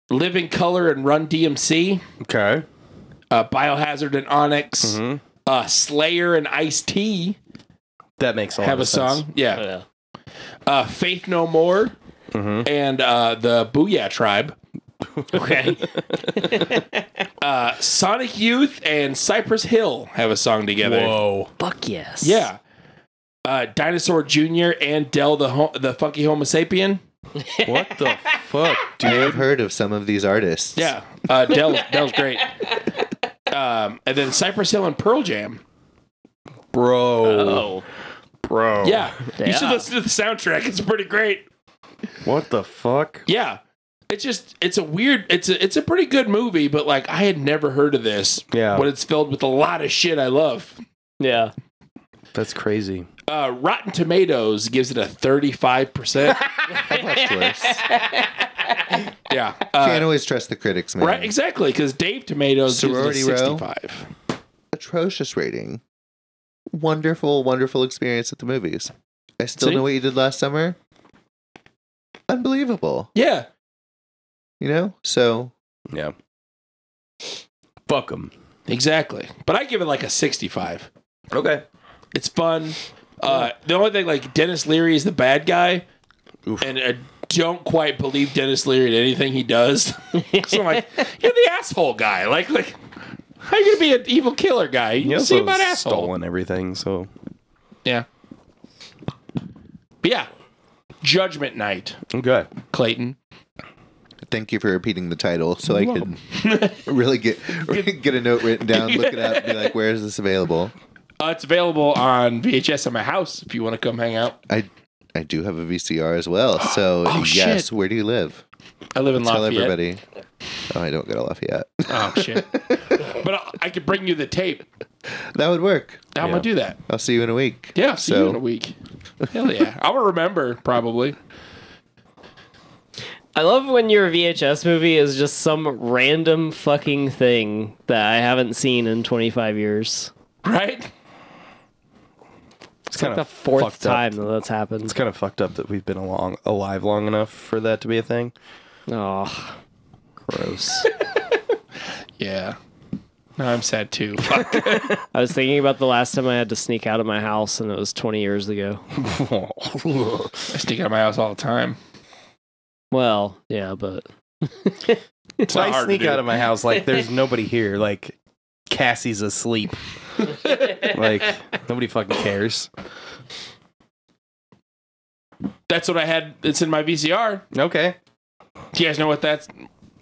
Speaker 1: living color and run dmc
Speaker 2: Okay.
Speaker 1: uh biohazard and onyx
Speaker 2: Mhm.
Speaker 1: uh slayer and ice t
Speaker 2: That makes all
Speaker 1: have
Speaker 2: the
Speaker 1: a
Speaker 2: sense.
Speaker 1: song. Yeah.
Speaker 3: Yeah.
Speaker 1: Uh, Faith No More
Speaker 2: Mhm.
Speaker 1: and uh, the Booyah Tribe.
Speaker 3: Okay.
Speaker 1: Uh, Sonic Youth and Cypress Hill have a song together.
Speaker 2: Whoa.
Speaker 3: Fuck yes.
Speaker 1: Yeah. Uh, Dinosaur Jr. and Dell the ho- the Funky Homo Sapien.
Speaker 2: What the fuck,
Speaker 4: I
Speaker 2: dude?
Speaker 4: have heard of some of these artists.
Speaker 1: Yeah. Uh, Dell Dell's great. Um, and then Cypress Hill and Pearl Jam.
Speaker 2: Bro.
Speaker 3: Oh.
Speaker 2: Bro.
Speaker 1: Yeah. You should
Speaker 3: Damn.
Speaker 1: listen to the soundtrack. It's pretty great.
Speaker 2: What the fuck?
Speaker 1: Yeah. It's just it's a weird it's a it's a pretty good movie, but like I had never heard of this.
Speaker 2: Yeah.
Speaker 1: When it's filled with a lot of shit I love.
Speaker 3: Yeah.
Speaker 2: That's crazy.
Speaker 1: Uh, Rotten Tomatoes gives it a 35%.
Speaker 4: Of course.
Speaker 1: yeah.
Speaker 4: Can't
Speaker 1: Uh,
Speaker 4: always trust the critics, man.
Speaker 1: right, exactly, because Dave Tomatoes
Speaker 4: Sorority
Speaker 1: gives it a
Speaker 4: Row.
Speaker 1: 65.
Speaker 4: Atrocious rating. Wonderful, wonderful experience at the movies. I still
Speaker 1: See?
Speaker 4: know what you did last summer. Unbelievable.
Speaker 1: Yeah.
Speaker 4: You know? So
Speaker 2: Yeah. Fuck them.
Speaker 1: Exactly. But I give it like a 65.
Speaker 2: Okay.
Speaker 1: It's fun. Uh, the only thing, like, Dennis Leary is the bad guy,
Speaker 2: Oof.
Speaker 1: and I don't quite believe Dennis Leary in anything he does. so I'm like, you're the asshole guy. Like, like how you going to be an evil killer guy? You
Speaker 2: He
Speaker 1: see
Speaker 2: also
Speaker 1: about asshole.
Speaker 2: stolen everything, so
Speaker 1: Yeah. But yeah. Judgment Night,
Speaker 2: okay.
Speaker 1: Clayton.
Speaker 4: thank you for repeating the title so I can really get get a note written down, look it up, and be like, where is this available?
Speaker 1: Uh, it's available on VHS at my house if you want to come hang out.
Speaker 4: I I do have a VCR as well. So
Speaker 1: Oh,
Speaker 4: yes,
Speaker 1: shit.
Speaker 4: where do you live?
Speaker 1: I live in
Speaker 4: Tell
Speaker 1: Lafayette.
Speaker 4: everybody. Oh, I don't go to Lafayette.
Speaker 1: Oh shit! but I, I could bring you the tape.
Speaker 4: that would work.
Speaker 1: I'm
Speaker 2: Yeah.
Speaker 1: gonna do that.
Speaker 4: I'll see you in a week.
Speaker 1: Yeah, see you
Speaker 4: So-
Speaker 1: in a week. Hell yeah! I will remember probably.
Speaker 3: I love when your VHS movie is just some random fucking thing that I haven't seen in 25 years.
Speaker 1: Right?
Speaker 2: It's
Speaker 3: It's like
Speaker 2: kinda
Speaker 3: the fourth
Speaker 2: fucked up.
Speaker 3: time that that's happened.
Speaker 2: It's kind of fucked up that we've been along alive long enough for that to be a thing.
Speaker 3: Oh, gross.
Speaker 1: Yeah. No, I'm sad too. Fuck.
Speaker 3: I was thinking about the last time I had to sneak out of my house, and it was 20 years ago.
Speaker 1: I sneak out of my house all the time.
Speaker 3: Well, yeah, but
Speaker 1: It's not
Speaker 2: I
Speaker 1: hard to
Speaker 2: sneak
Speaker 1: do.
Speaker 2: out of my house like there's nobody here. Like Cassie's asleep. like nobody fucking cares.
Speaker 1: That's what I had. It's in my VCR.
Speaker 2: Okay.
Speaker 1: Do you guys know what that's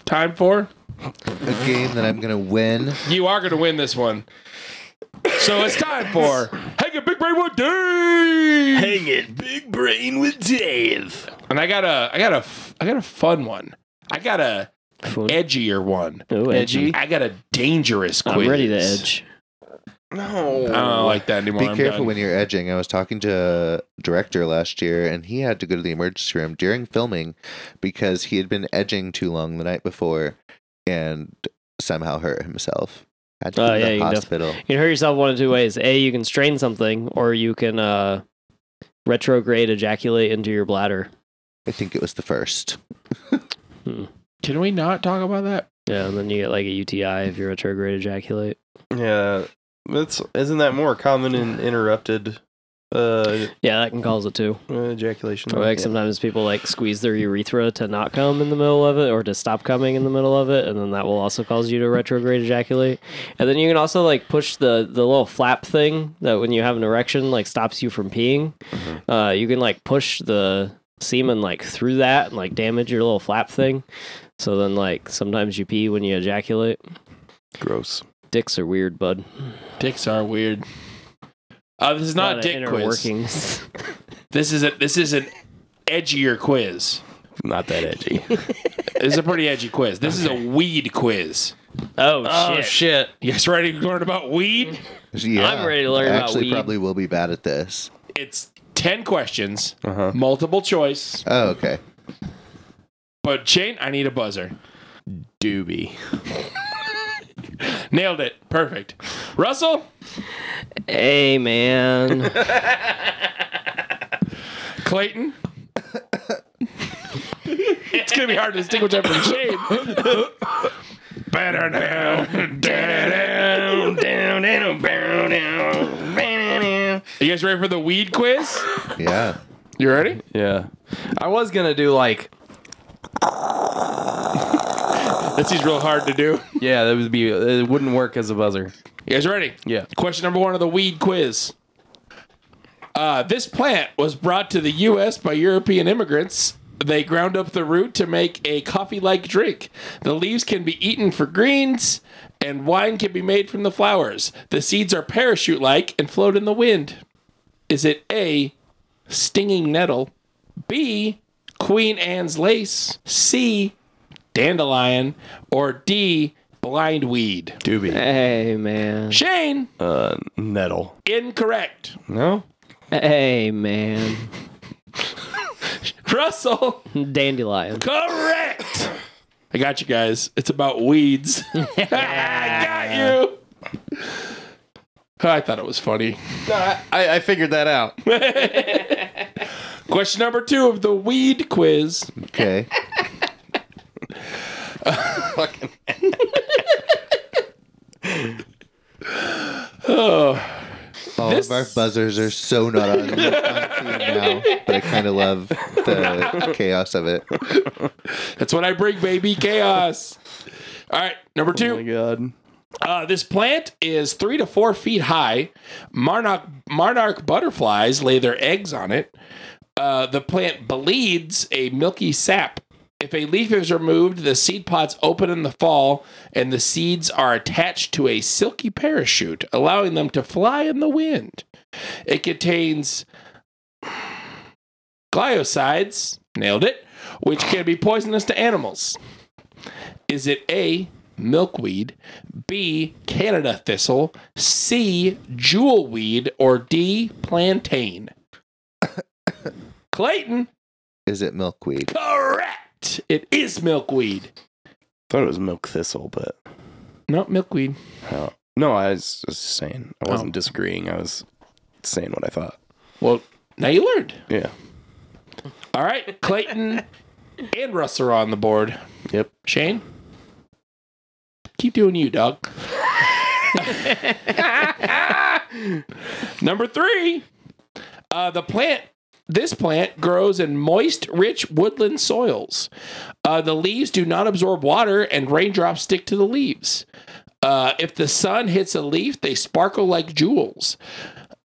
Speaker 1: time for?
Speaker 4: a game that I'm gonna win.
Speaker 1: You are going to win this one. So it's time for Hang It Big Brain with Dave. Hang It Big Brain with Dave. And I got a, I got a, f- I got a fun one. I got a
Speaker 3: Fun.
Speaker 1: edgier one.
Speaker 3: Ooh, edgy.
Speaker 1: I got a dangerous quiz.
Speaker 3: I'm ready to edge.
Speaker 1: I
Speaker 2: Oh,
Speaker 1: don't like that anymore.
Speaker 4: Be
Speaker 1: I'm
Speaker 4: careful
Speaker 1: done.
Speaker 4: when you're edging. I was talking to a director last year, and he had to go to the emergency room during filming because he had been edging too long the night before, and somehow hurt himself. Had to
Speaker 3: Oh,
Speaker 4: go to
Speaker 3: yeah,
Speaker 4: the
Speaker 3: you can def-
Speaker 4: hospital.
Speaker 3: You can hurt yourself one of two ways: a, you can strain something, or you can uh, retrograde ejaculate into your bladder.
Speaker 4: I think it was the first.
Speaker 1: Can we not talk about that?
Speaker 3: Yeah, and then you get like a UTI if you retrograde ejaculate.
Speaker 2: Yeah. That's isn't that more common in interrupted uh,
Speaker 3: Yeah, that can cause it too.
Speaker 2: uh ejaculation?
Speaker 3: Like
Speaker 2: Yeah.
Speaker 3: sometimes people like squeeze their urethra to not come in the middle of it or to stop coming in the middle of it, and then that will also cause you to retrograde ejaculate. And then you can also like push the the little flap
Speaker 1: Mm-hmm.
Speaker 3: thing that when you have an erection like stops you from peeing. Uh, you can like push the semen like through that and like damage your little flap thing. So then like sometimes you pee when you ejaculate.
Speaker 2: Gross.
Speaker 3: Dicks are weird, bud.
Speaker 1: Dicks are weird. Uh, this is
Speaker 3: Lot
Speaker 1: not a
Speaker 3: of
Speaker 1: dick
Speaker 3: inner
Speaker 1: quiz.
Speaker 3: workings.
Speaker 1: This is a this is an edgier quiz.
Speaker 2: Not that edgy.
Speaker 1: This is a pretty edgy quiz. This is a weed quiz.
Speaker 3: oh, shit.
Speaker 2: shit.
Speaker 1: You guys ready to learn about weed?
Speaker 4: Yeah,
Speaker 3: I'm ready to learn
Speaker 4: I
Speaker 3: about
Speaker 4: actually
Speaker 3: weed.
Speaker 4: probably will be bad at this.
Speaker 1: It's ten questions,
Speaker 2: Uh-huh.
Speaker 1: multiple choice.
Speaker 4: Oh, okay.
Speaker 1: But Shane, I need a buzzer.
Speaker 2: Doobie.
Speaker 1: Nailed it. Perfect. Russell,
Speaker 3: Hey man.
Speaker 1: Clayton. it's gonna be hard to distinguish that from Shane. Better now. you guys ready for the weed quiz?
Speaker 4: Yeah.
Speaker 1: You ready?
Speaker 2: Yeah. I was gonna do like
Speaker 1: This is real hard to do.
Speaker 2: yeah, that would be it wouldn't work as a buzzer.
Speaker 1: You guys ready?
Speaker 2: Yeah.
Speaker 1: Question number one of the weed quiz. Uh, this plant was brought to the U.S. by European immigrants. They ground up the root to make a coffee like drink. The leaves can be eaten for greens, and wine can be made from the flowers. The seeds are parachute like and float in the wind. Is it A, stinging nettle, B, Queen Anne's lace, C, dandelion, or D, blind weed?
Speaker 2: Doobie.
Speaker 3: hey man.
Speaker 1: Shane!
Speaker 2: Uh nettle.
Speaker 1: Incorrect.
Speaker 2: No?
Speaker 3: Hey man.
Speaker 1: Russell.
Speaker 3: Dandelion.
Speaker 1: Correct. I got you guys. It's about weeds. I got you. I thought it was funny.
Speaker 2: I, I figured that out.
Speaker 1: Question number two of the weed quiz.
Speaker 4: Okay. All
Speaker 1: This-
Speaker 4: of our buzzers are so not on, on theme now, but I kind of love the chaos of it.
Speaker 1: That's what I bring, baby. Chaos. All right, number
Speaker 2: Oh
Speaker 1: two.
Speaker 2: my god.
Speaker 1: Uh, this plant is three to four feet high. Monarch monarch butterflies lay their eggs on it. Uh, the plant bleeds a milky sap. If a leaf is removed, the seed pods open in the fall, and the seeds are attached to a silky parachute, allowing them to fly in the wind. It contains gliosides, nailed it, which can be poisonous to animals. Is it A, milkweed, B, Canada thistle, C, jewelweed, or D, plantain? Clayton,
Speaker 4: Is it milkweed?
Speaker 1: correct. It is milkweed.
Speaker 2: Thought it was milk thistle, but
Speaker 1: Not milkweed.
Speaker 2: no. No, I was just saying. I wasn't
Speaker 1: Oh.
Speaker 2: disagreeing. I was saying what I thought.
Speaker 1: Well, now you learned.
Speaker 2: Yeah.
Speaker 1: All right, Clayton and Russ are on the board.
Speaker 2: Yep.
Speaker 1: Shane, keep doing you, dog. Number three, uh, the plant. This plant grows in moist, rich woodland soils. Uh, the leaves do not absorb water, and raindrops stick to the leaves. Uh, if the sun hits a leaf, they sparkle like jewels.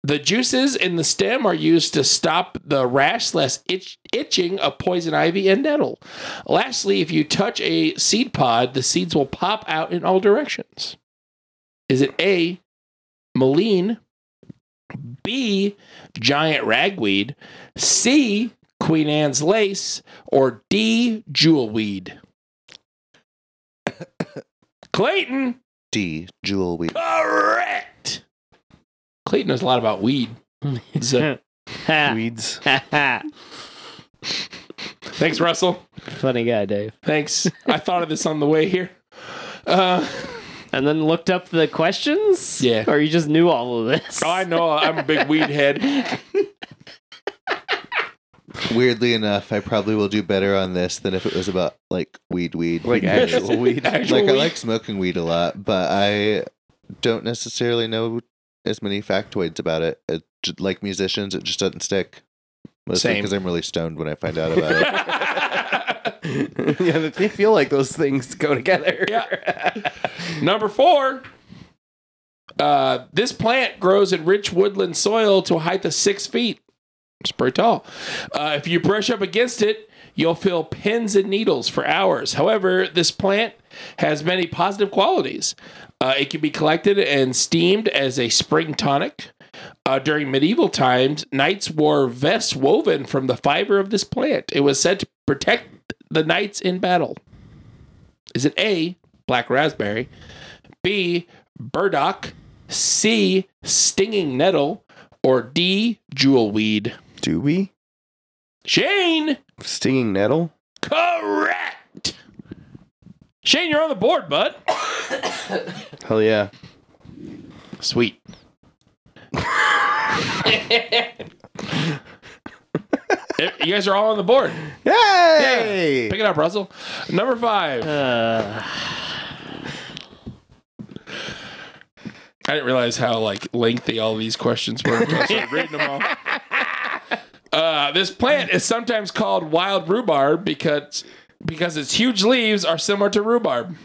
Speaker 1: The juices in the stem are used to stop the rash slash itch- itching of poison ivy and nettle. Lastly, if you touch a seed pod, the seeds will pop out in all directions. Is it A, Maline, B, giant ragweed, C, Queen Anne's lace, or D, jewelweed? Clayton,
Speaker 4: D. Jewelweed.
Speaker 1: correct. Clayton knows a lot about weed. So- Ah.
Speaker 3: Ha.
Speaker 2: Weeds.
Speaker 3: Ha, ha.
Speaker 1: Thanks, Russell.
Speaker 3: Funny guy, Dave.
Speaker 1: Thanks. I thought of this on the way here. Uh,
Speaker 3: And then looked up the questions?
Speaker 1: Yeah.
Speaker 3: Or you just knew all of this?
Speaker 1: I know I'm a big weed head.
Speaker 4: Weirdly enough, I probably will do better on this than if it was about like weed, weed.
Speaker 2: Like actual weed.
Speaker 1: Actual
Speaker 4: like I
Speaker 1: weed.
Speaker 4: like smoking weed a lot, but I don't necessarily know as many factoids about it. it j- like musicians, it just doesn't stick. Mostly
Speaker 1: Same.
Speaker 4: because I'm really stoned when I find out about it.
Speaker 2: yeah, they feel like those things go together.
Speaker 1: Yeah. Number four. Uh, this plant grows in rich woodland soil to a height of six feet. It's pretty tall. Uh, if you brush up against it, you'll feel pins and needles for hours. However, this plant has many positive qualities. Uh, it can be collected and steamed as a spring tonic. Uh, during medieval times, knights wore vests woven from the fiber of this plant. It was said to protect the knights in battle. Is it A, black raspberry, B, burdock, C, stinging nettle, or D, jewel weed?
Speaker 2: Do we?
Speaker 1: Shane,
Speaker 2: Stinging nettle?
Speaker 1: correct. Shane, you're on the board, bud.
Speaker 2: Hell yeah.
Speaker 1: Sweet. you guys are all on the board.
Speaker 2: Yay!
Speaker 1: Pick it up, Russell. Number five.
Speaker 3: Uh,
Speaker 1: I didn't realize how like lengthy all these questions were until I started reading them all. Uh, this plant is sometimes called wild rhubarb because because its huge leaves are similar to rhubarb.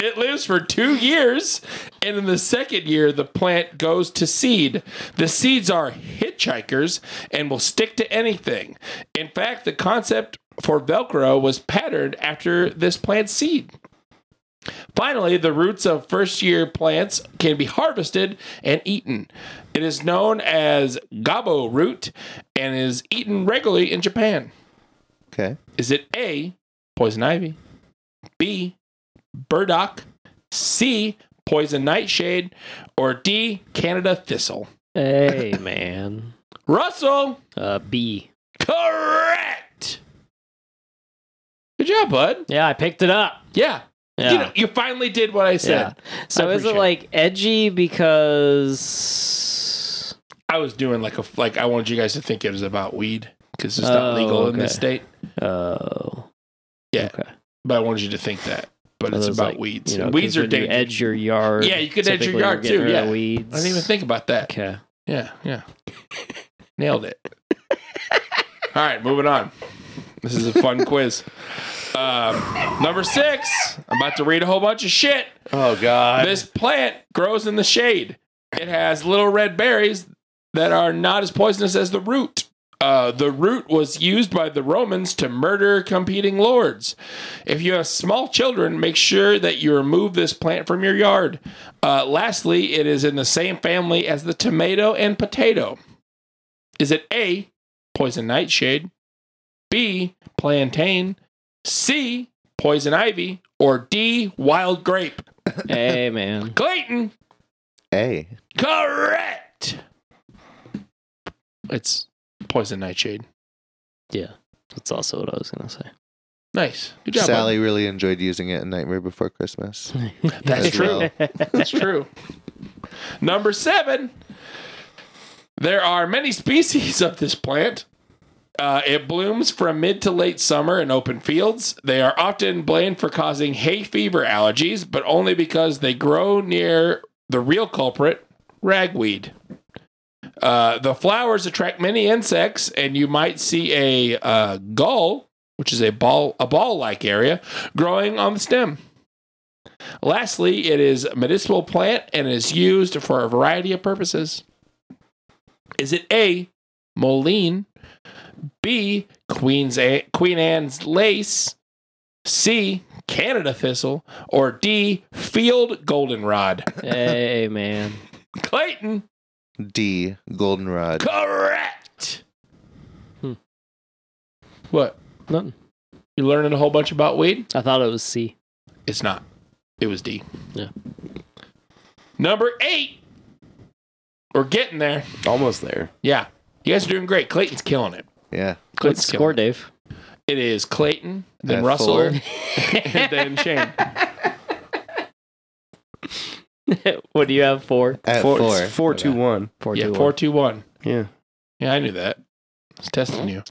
Speaker 1: it lives for two years, and in the second year, the plant goes to seed. The seeds are hitchhikers and will stick to anything. In fact, the concept for Velcro was patterned after this plant's seed. Finally, the roots of first year plants can be harvested and eaten. It is known as gabo root and is eaten regularly in Japan.
Speaker 4: Okay.
Speaker 1: Is it A, poison ivy, B, burdock, C, poison nightshade, or D, Canada thistle?
Speaker 3: hey, man.
Speaker 1: Russell,
Speaker 3: Uh, B.
Speaker 1: correct. Good job, bud.
Speaker 3: Yeah, I picked it up.
Speaker 1: Yeah.
Speaker 3: Yeah.
Speaker 1: You, know, you finally did what I said.
Speaker 3: yeah. So
Speaker 1: I
Speaker 3: is it
Speaker 1: appreciate it.
Speaker 3: like edgy because
Speaker 1: I was doing like a like I wanted you guys to think it was about weed because it's not
Speaker 3: Oh,
Speaker 1: legal in this state.
Speaker 3: oh
Speaker 1: Yeah.
Speaker 3: okay
Speaker 1: But I wanted you to think that. But
Speaker 3: Well,
Speaker 1: it's
Speaker 3: those,
Speaker 1: about
Speaker 3: like,
Speaker 1: weeds.
Speaker 3: you know,
Speaker 1: weeds
Speaker 3: 'cause
Speaker 1: are
Speaker 3: when you
Speaker 1: dangerous.
Speaker 3: edge your yard
Speaker 1: Yeah, you could edge your
Speaker 3: typically you're
Speaker 1: yard
Speaker 3: getting
Speaker 1: too,
Speaker 3: rid of
Speaker 1: yeah.
Speaker 3: weeds
Speaker 1: I didn't even think about that.
Speaker 3: okay
Speaker 1: Yeah, yeah. Nailed it. All right, moving on. This is a fun quiz. Um, number six. I'm about to read a whole bunch of shit.
Speaker 2: Oh god.
Speaker 1: This plant grows in the shade. It has little red berries that are not as poisonous as the root. Uh, the root was used by the Romans to murder competing lords. If you have small children, make sure that you remove this plant from your yard. Uh, lastly, it is in the same family as the tomato and potato. Is it A, poison nightshade, B, plantain, C, poison ivy, or D, wild grape?
Speaker 3: hey man
Speaker 1: Clayton,
Speaker 4: A.
Speaker 1: correct. It's poison nightshade.
Speaker 3: yeah that's also what I was gonna say
Speaker 1: Nice. Good job,
Speaker 4: Sally really enjoyed using it in Nightmare Before Christmas.
Speaker 1: That's
Speaker 4: as
Speaker 1: true.
Speaker 4: well.
Speaker 1: bud. That's true. Number seven. There are many species of this plant. Uh, it blooms from mid to late summer in open fields. They are often blamed for causing hay fever allergies, but only because they grow near the real culprit, ragweed. Uh, the flowers attract many insects, and you might see a uh, gull, which is a ball, a ball-like area, growing on the stem. Lastly, it is a medicinal plant and is used for a variety of purposes. Is it A, Moline, B, Queen's A- Queen Anne's lace, C, Canada thistle, or D, field goldenrod?
Speaker 3: hey man
Speaker 1: Clayton,
Speaker 4: D. Goldenrod.
Speaker 1: correct.
Speaker 3: Hmm.
Speaker 1: What?
Speaker 3: nothing
Speaker 1: You learning a whole bunch about weed?
Speaker 3: I thought it was C
Speaker 1: It's not. It was D.
Speaker 3: Yeah.
Speaker 1: Number eight. We're getting there.
Speaker 2: Almost there.
Speaker 1: Yeah. You guys are doing great. Clayton's killing it.
Speaker 4: Yeah.
Speaker 3: what's
Speaker 1: Clayton's
Speaker 3: the
Speaker 1: killing
Speaker 3: score Dave
Speaker 1: It It is Clayton, then
Speaker 4: At
Speaker 1: Russell,
Speaker 4: four.
Speaker 1: and then Shane.
Speaker 3: what do you have four
Speaker 4: At
Speaker 2: four,
Speaker 4: four.
Speaker 2: it's four, two, one.
Speaker 3: four
Speaker 1: yeah,
Speaker 3: two,
Speaker 1: four,
Speaker 3: one.
Speaker 1: two, one.
Speaker 2: Yeah.
Speaker 1: Yeah, I knew that. I was testing you.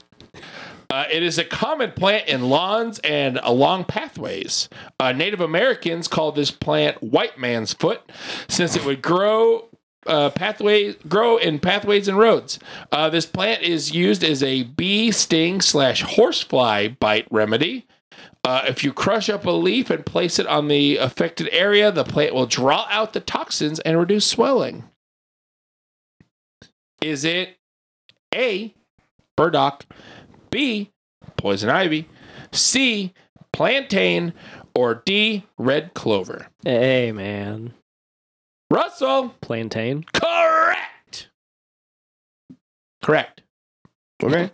Speaker 1: Uh, it is a common plant in lawns and along pathways. Uh, Native Americans called this plant white man's foot since it would grow uh, pathways grow in pathways and roads. Uh, this plant is used as a bee sting slash horsefly bite remedy. Uh, if you crush up a leaf and place it on the affected area, the plant will draw out the toxins and reduce swelling. Is it A, burdock, B, poison ivy, C, plantain, or D, red clover?
Speaker 3: Hey, man.
Speaker 1: Russell,
Speaker 3: Plantain.
Speaker 1: correct. Correct.
Speaker 2: Okay.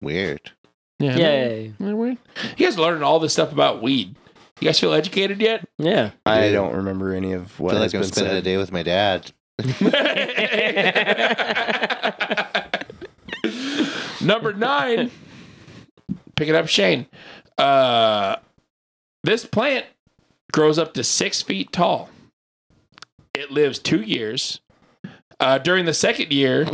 Speaker 4: Weird.
Speaker 1: Yeah.
Speaker 3: Yay.
Speaker 1: You guys learning all this stuff about weed. You guys feel educated yet?
Speaker 3: Yeah.
Speaker 2: I don't remember any of what
Speaker 4: feel
Speaker 2: has
Speaker 4: like I'm
Speaker 2: been
Speaker 4: spending a
Speaker 2: said.
Speaker 4: day with my dad.
Speaker 1: Number nine, pick it up, Shane. Uh, this plant grows up to six feet tall. It lives two years. Uh, during the second year,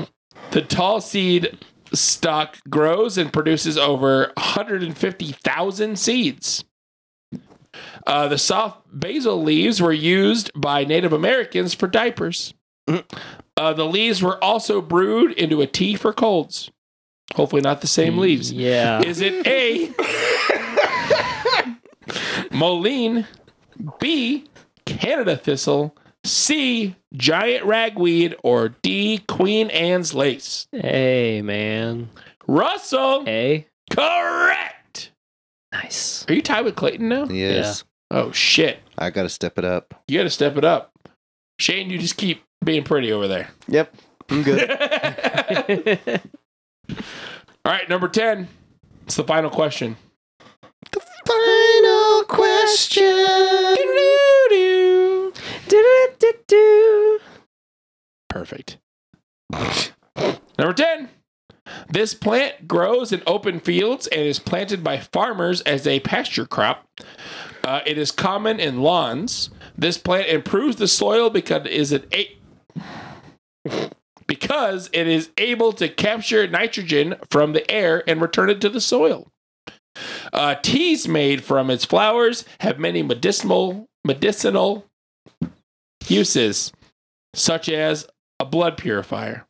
Speaker 1: the tall seed stock grows and produces over 150,000 seeds. Uh, the soft basil leaves were used by Native Americans for diapers. Uh, the leaves were also brewed into a tea for colds. Hopefully, not the same leaves.
Speaker 3: Mm, Yeah.
Speaker 1: Is it A, Moline, B, Canada thistle, C, giant ragweed, or D, Queen Anne's lace?
Speaker 3: hey, man.
Speaker 1: Russell,
Speaker 3: Hey.
Speaker 1: correct.
Speaker 3: Nice.
Speaker 1: Are you tied with Clayton now?
Speaker 4: Yes.
Speaker 1: Oh, shit.
Speaker 4: I got to step it up.
Speaker 1: You got to step it up. Shane, you just keep being pretty over there.
Speaker 2: Yep. I'm good.
Speaker 1: All
Speaker 3: Wait,
Speaker 1: right, number 10. It's the final question.
Speaker 2: Final question.
Speaker 1: Perfect. number 10. This plant grows in open fields and is planted by farmers as a pasture crop. Uh, it is common in lawns. This plant improves the soil because it is an a- because it is able to capture nitrogen from the air and return it to the soil. Uh, teas made from its flowers have many medicinal medicinal uses, such as a blood purifier.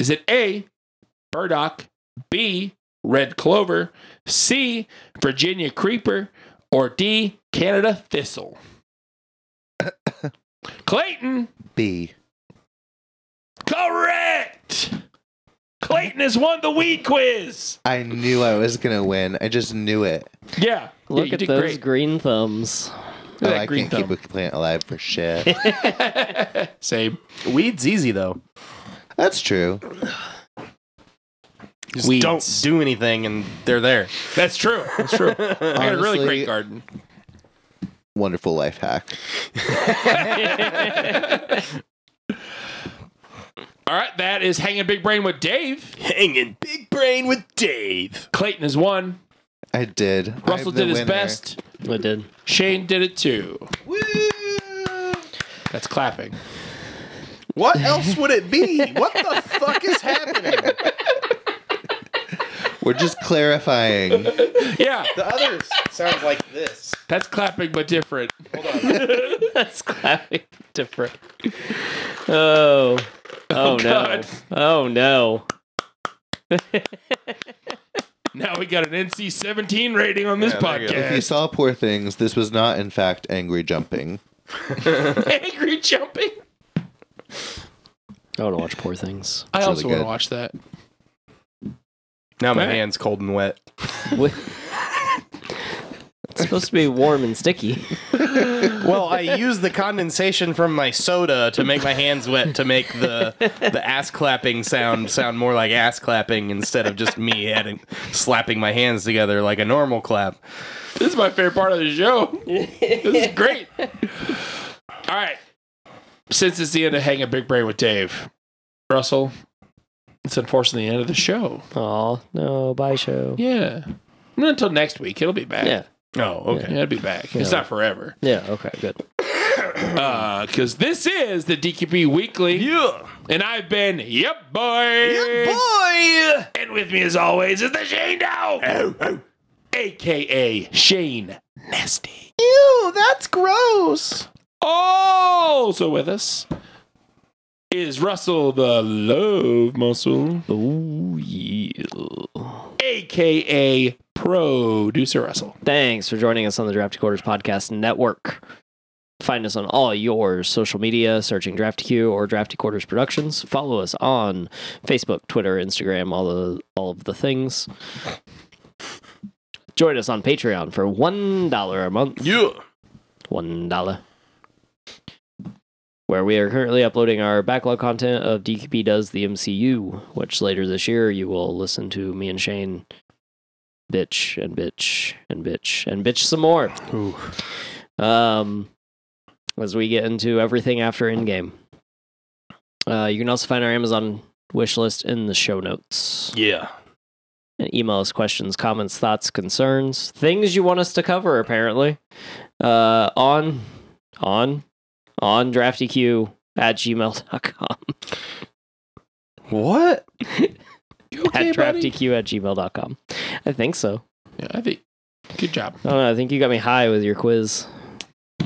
Speaker 1: Is it A, burdock, B, red clover, C, Virginia creeper, or D, Canada thistle? Clayton,
Speaker 4: B.
Speaker 1: correct. Clayton has won the weed quiz.
Speaker 4: I knew I was going to win. I just knew it.
Speaker 1: Yeah,
Speaker 3: Look
Speaker 1: yeah, you
Speaker 3: at
Speaker 1: did
Speaker 3: those
Speaker 1: great.
Speaker 3: green thumbs.
Speaker 1: Look at
Speaker 4: Oh,
Speaker 1: that
Speaker 4: I
Speaker 1: green
Speaker 4: can't keep a plant alive for shit.
Speaker 1: thumb. Same.
Speaker 2: Weed's easy though.
Speaker 4: That's true.
Speaker 2: Just
Speaker 1: Weeds.
Speaker 2: don't do anything and they're there.
Speaker 1: That's true. That's true. I got a really
Speaker 4: Honestly-
Speaker 1: great garden.
Speaker 4: Wonderful life hack.
Speaker 1: All right, that is hanging big brain with Dave.
Speaker 2: Hanging big brain with Dave.
Speaker 1: Clayton has won.
Speaker 4: I did.
Speaker 1: Russell
Speaker 4: I'm the
Speaker 1: did his
Speaker 4: winner.
Speaker 1: best.
Speaker 3: I Oh, did.
Speaker 1: Shane did it too. That's clapping.
Speaker 2: What else would it be? What the fuck is happening?
Speaker 4: We're just clarifying.
Speaker 1: Yeah,
Speaker 2: The others sounds like this.
Speaker 1: that's clapping but different.
Speaker 3: That's clapping different. Oh. Oh, no.
Speaker 1: God.
Speaker 3: Oh no.
Speaker 1: Now we got an NC 17 rating on this
Speaker 2: Yeah, there you go.
Speaker 4: if you
Speaker 1: podcast.
Speaker 4: saw poor things, this was not, in fact, angry jumping.
Speaker 1: Angry jumping.
Speaker 3: I want to watch poor things.
Speaker 1: I
Speaker 4: It's
Speaker 1: also
Speaker 4: really
Speaker 1: want to
Speaker 4: good.
Speaker 1: watch that.
Speaker 2: Now my
Speaker 1: Right.
Speaker 2: hand's cold and wet.
Speaker 3: Wh- it's supposed to be warm and sticky.
Speaker 2: Well, I used the condensation from my soda to make my hands wet to make the the ass clapping sound sound more like ass clapping instead of just me heading, slapping my hands together like a normal clap.
Speaker 1: This is my favorite part of the show. This is great. All right. Since it's the end of Hanging Big Brain with Dave, Russell, it's unfortunately the end of the show.
Speaker 3: Oh no, bye show.
Speaker 1: Yeah. Not until next week. It'll be back.
Speaker 3: Yeah.
Speaker 2: Oh,
Speaker 1: Yeah, it'll be back. It's
Speaker 3: Yeah.
Speaker 1: not forever.
Speaker 3: Yeah, okay, good.
Speaker 1: Because Uh, this is the DQB Weekly.
Speaker 2: Yeah.
Speaker 1: And I've been, yep, boy.
Speaker 2: Boy.
Speaker 1: And with me, as always, is the Shane Dow, AKA Shane Nasty.
Speaker 2: Ew, that's gross.
Speaker 1: Also with us is Russell the Love Muscle,
Speaker 3: Oh yeah.
Speaker 1: aka Producer Russell.
Speaker 3: Thanks for joining us on the Draft Quarters Podcast Network. Find us on all your social media, searching DraftyQ or Drafty Quarters Productions. Follow us on Facebook, Twitter, Instagram, all the all of the things. Join us on Patreon for one dollar a month.
Speaker 2: Yeah.
Speaker 3: One dollar. Where we are currently uploading our backlog content of DQP Does the MCU, which later this year you will listen to me and Shane bitch and bitch and bitch and bitch some more
Speaker 2: Ooh.
Speaker 3: um, as we get into everything after Endgame. Uh, you can also find our Amazon wish list in the show notes.
Speaker 2: Yeah.
Speaker 3: And email us questions, comments, thoughts, concerns, things you want us to cover. Apparently, uh, on on on draftyq at gmail.com
Speaker 2: What?
Speaker 1: You okay,
Speaker 3: at
Speaker 1: buddy?
Speaker 3: draftyq at gmail.com i think so
Speaker 1: Yeah, I think. Good job.
Speaker 3: i don't know i think you got me high with your quiz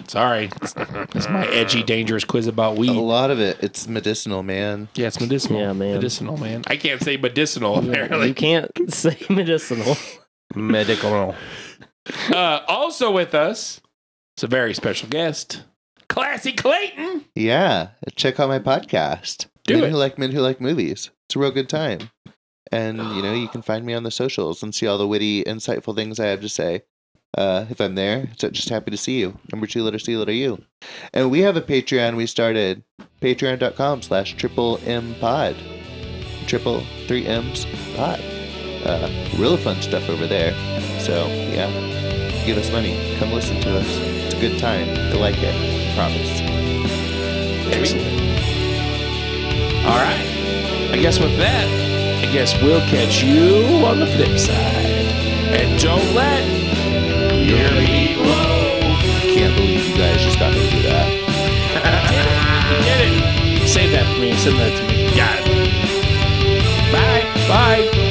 Speaker 1: Sorry, that's my edgy, dangerous quiz about weed.
Speaker 4: A lot of it, it's medicinal, man.
Speaker 1: Yeah, it's medicinal.
Speaker 3: Yeah, man.
Speaker 1: Medicinal, man. I can't say medicinal
Speaker 3: you
Speaker 1: apparently.
Speaker 3: can't say medicinal
Speaker 2: Medical.
Speaker 1: Uh, also with us, it's a very special guest, Classy Clayton.
Speaker 4: Yeah, check out my podcast.
Speaker 1: Do
Speaker 4: men
Speaker 1: it.
Speaker 4: who like men who like movies. It's a real good time. And you know, you can find me on the socials and see all the witty, insightful things I have to say. Uh, if I'm there, it's just happy to see you. Number two letter C letter U. And we have a Patreon we started. Patreon.com slash triple M pod. Triple three M's pod. Uh, real fun stuff over there. So yeah. Give us money. Come listen to us. It's a good time. You'll like it. Promise.
Speaker 1: All right. I guess with that, I guess we'll catch you on the flip side. And don't let your heat low.
Speaker 4: can't believe you guys just got me to do that.
Speaker 1: You did it. Save that for me. Send that to me. Got it. Bye. Bye.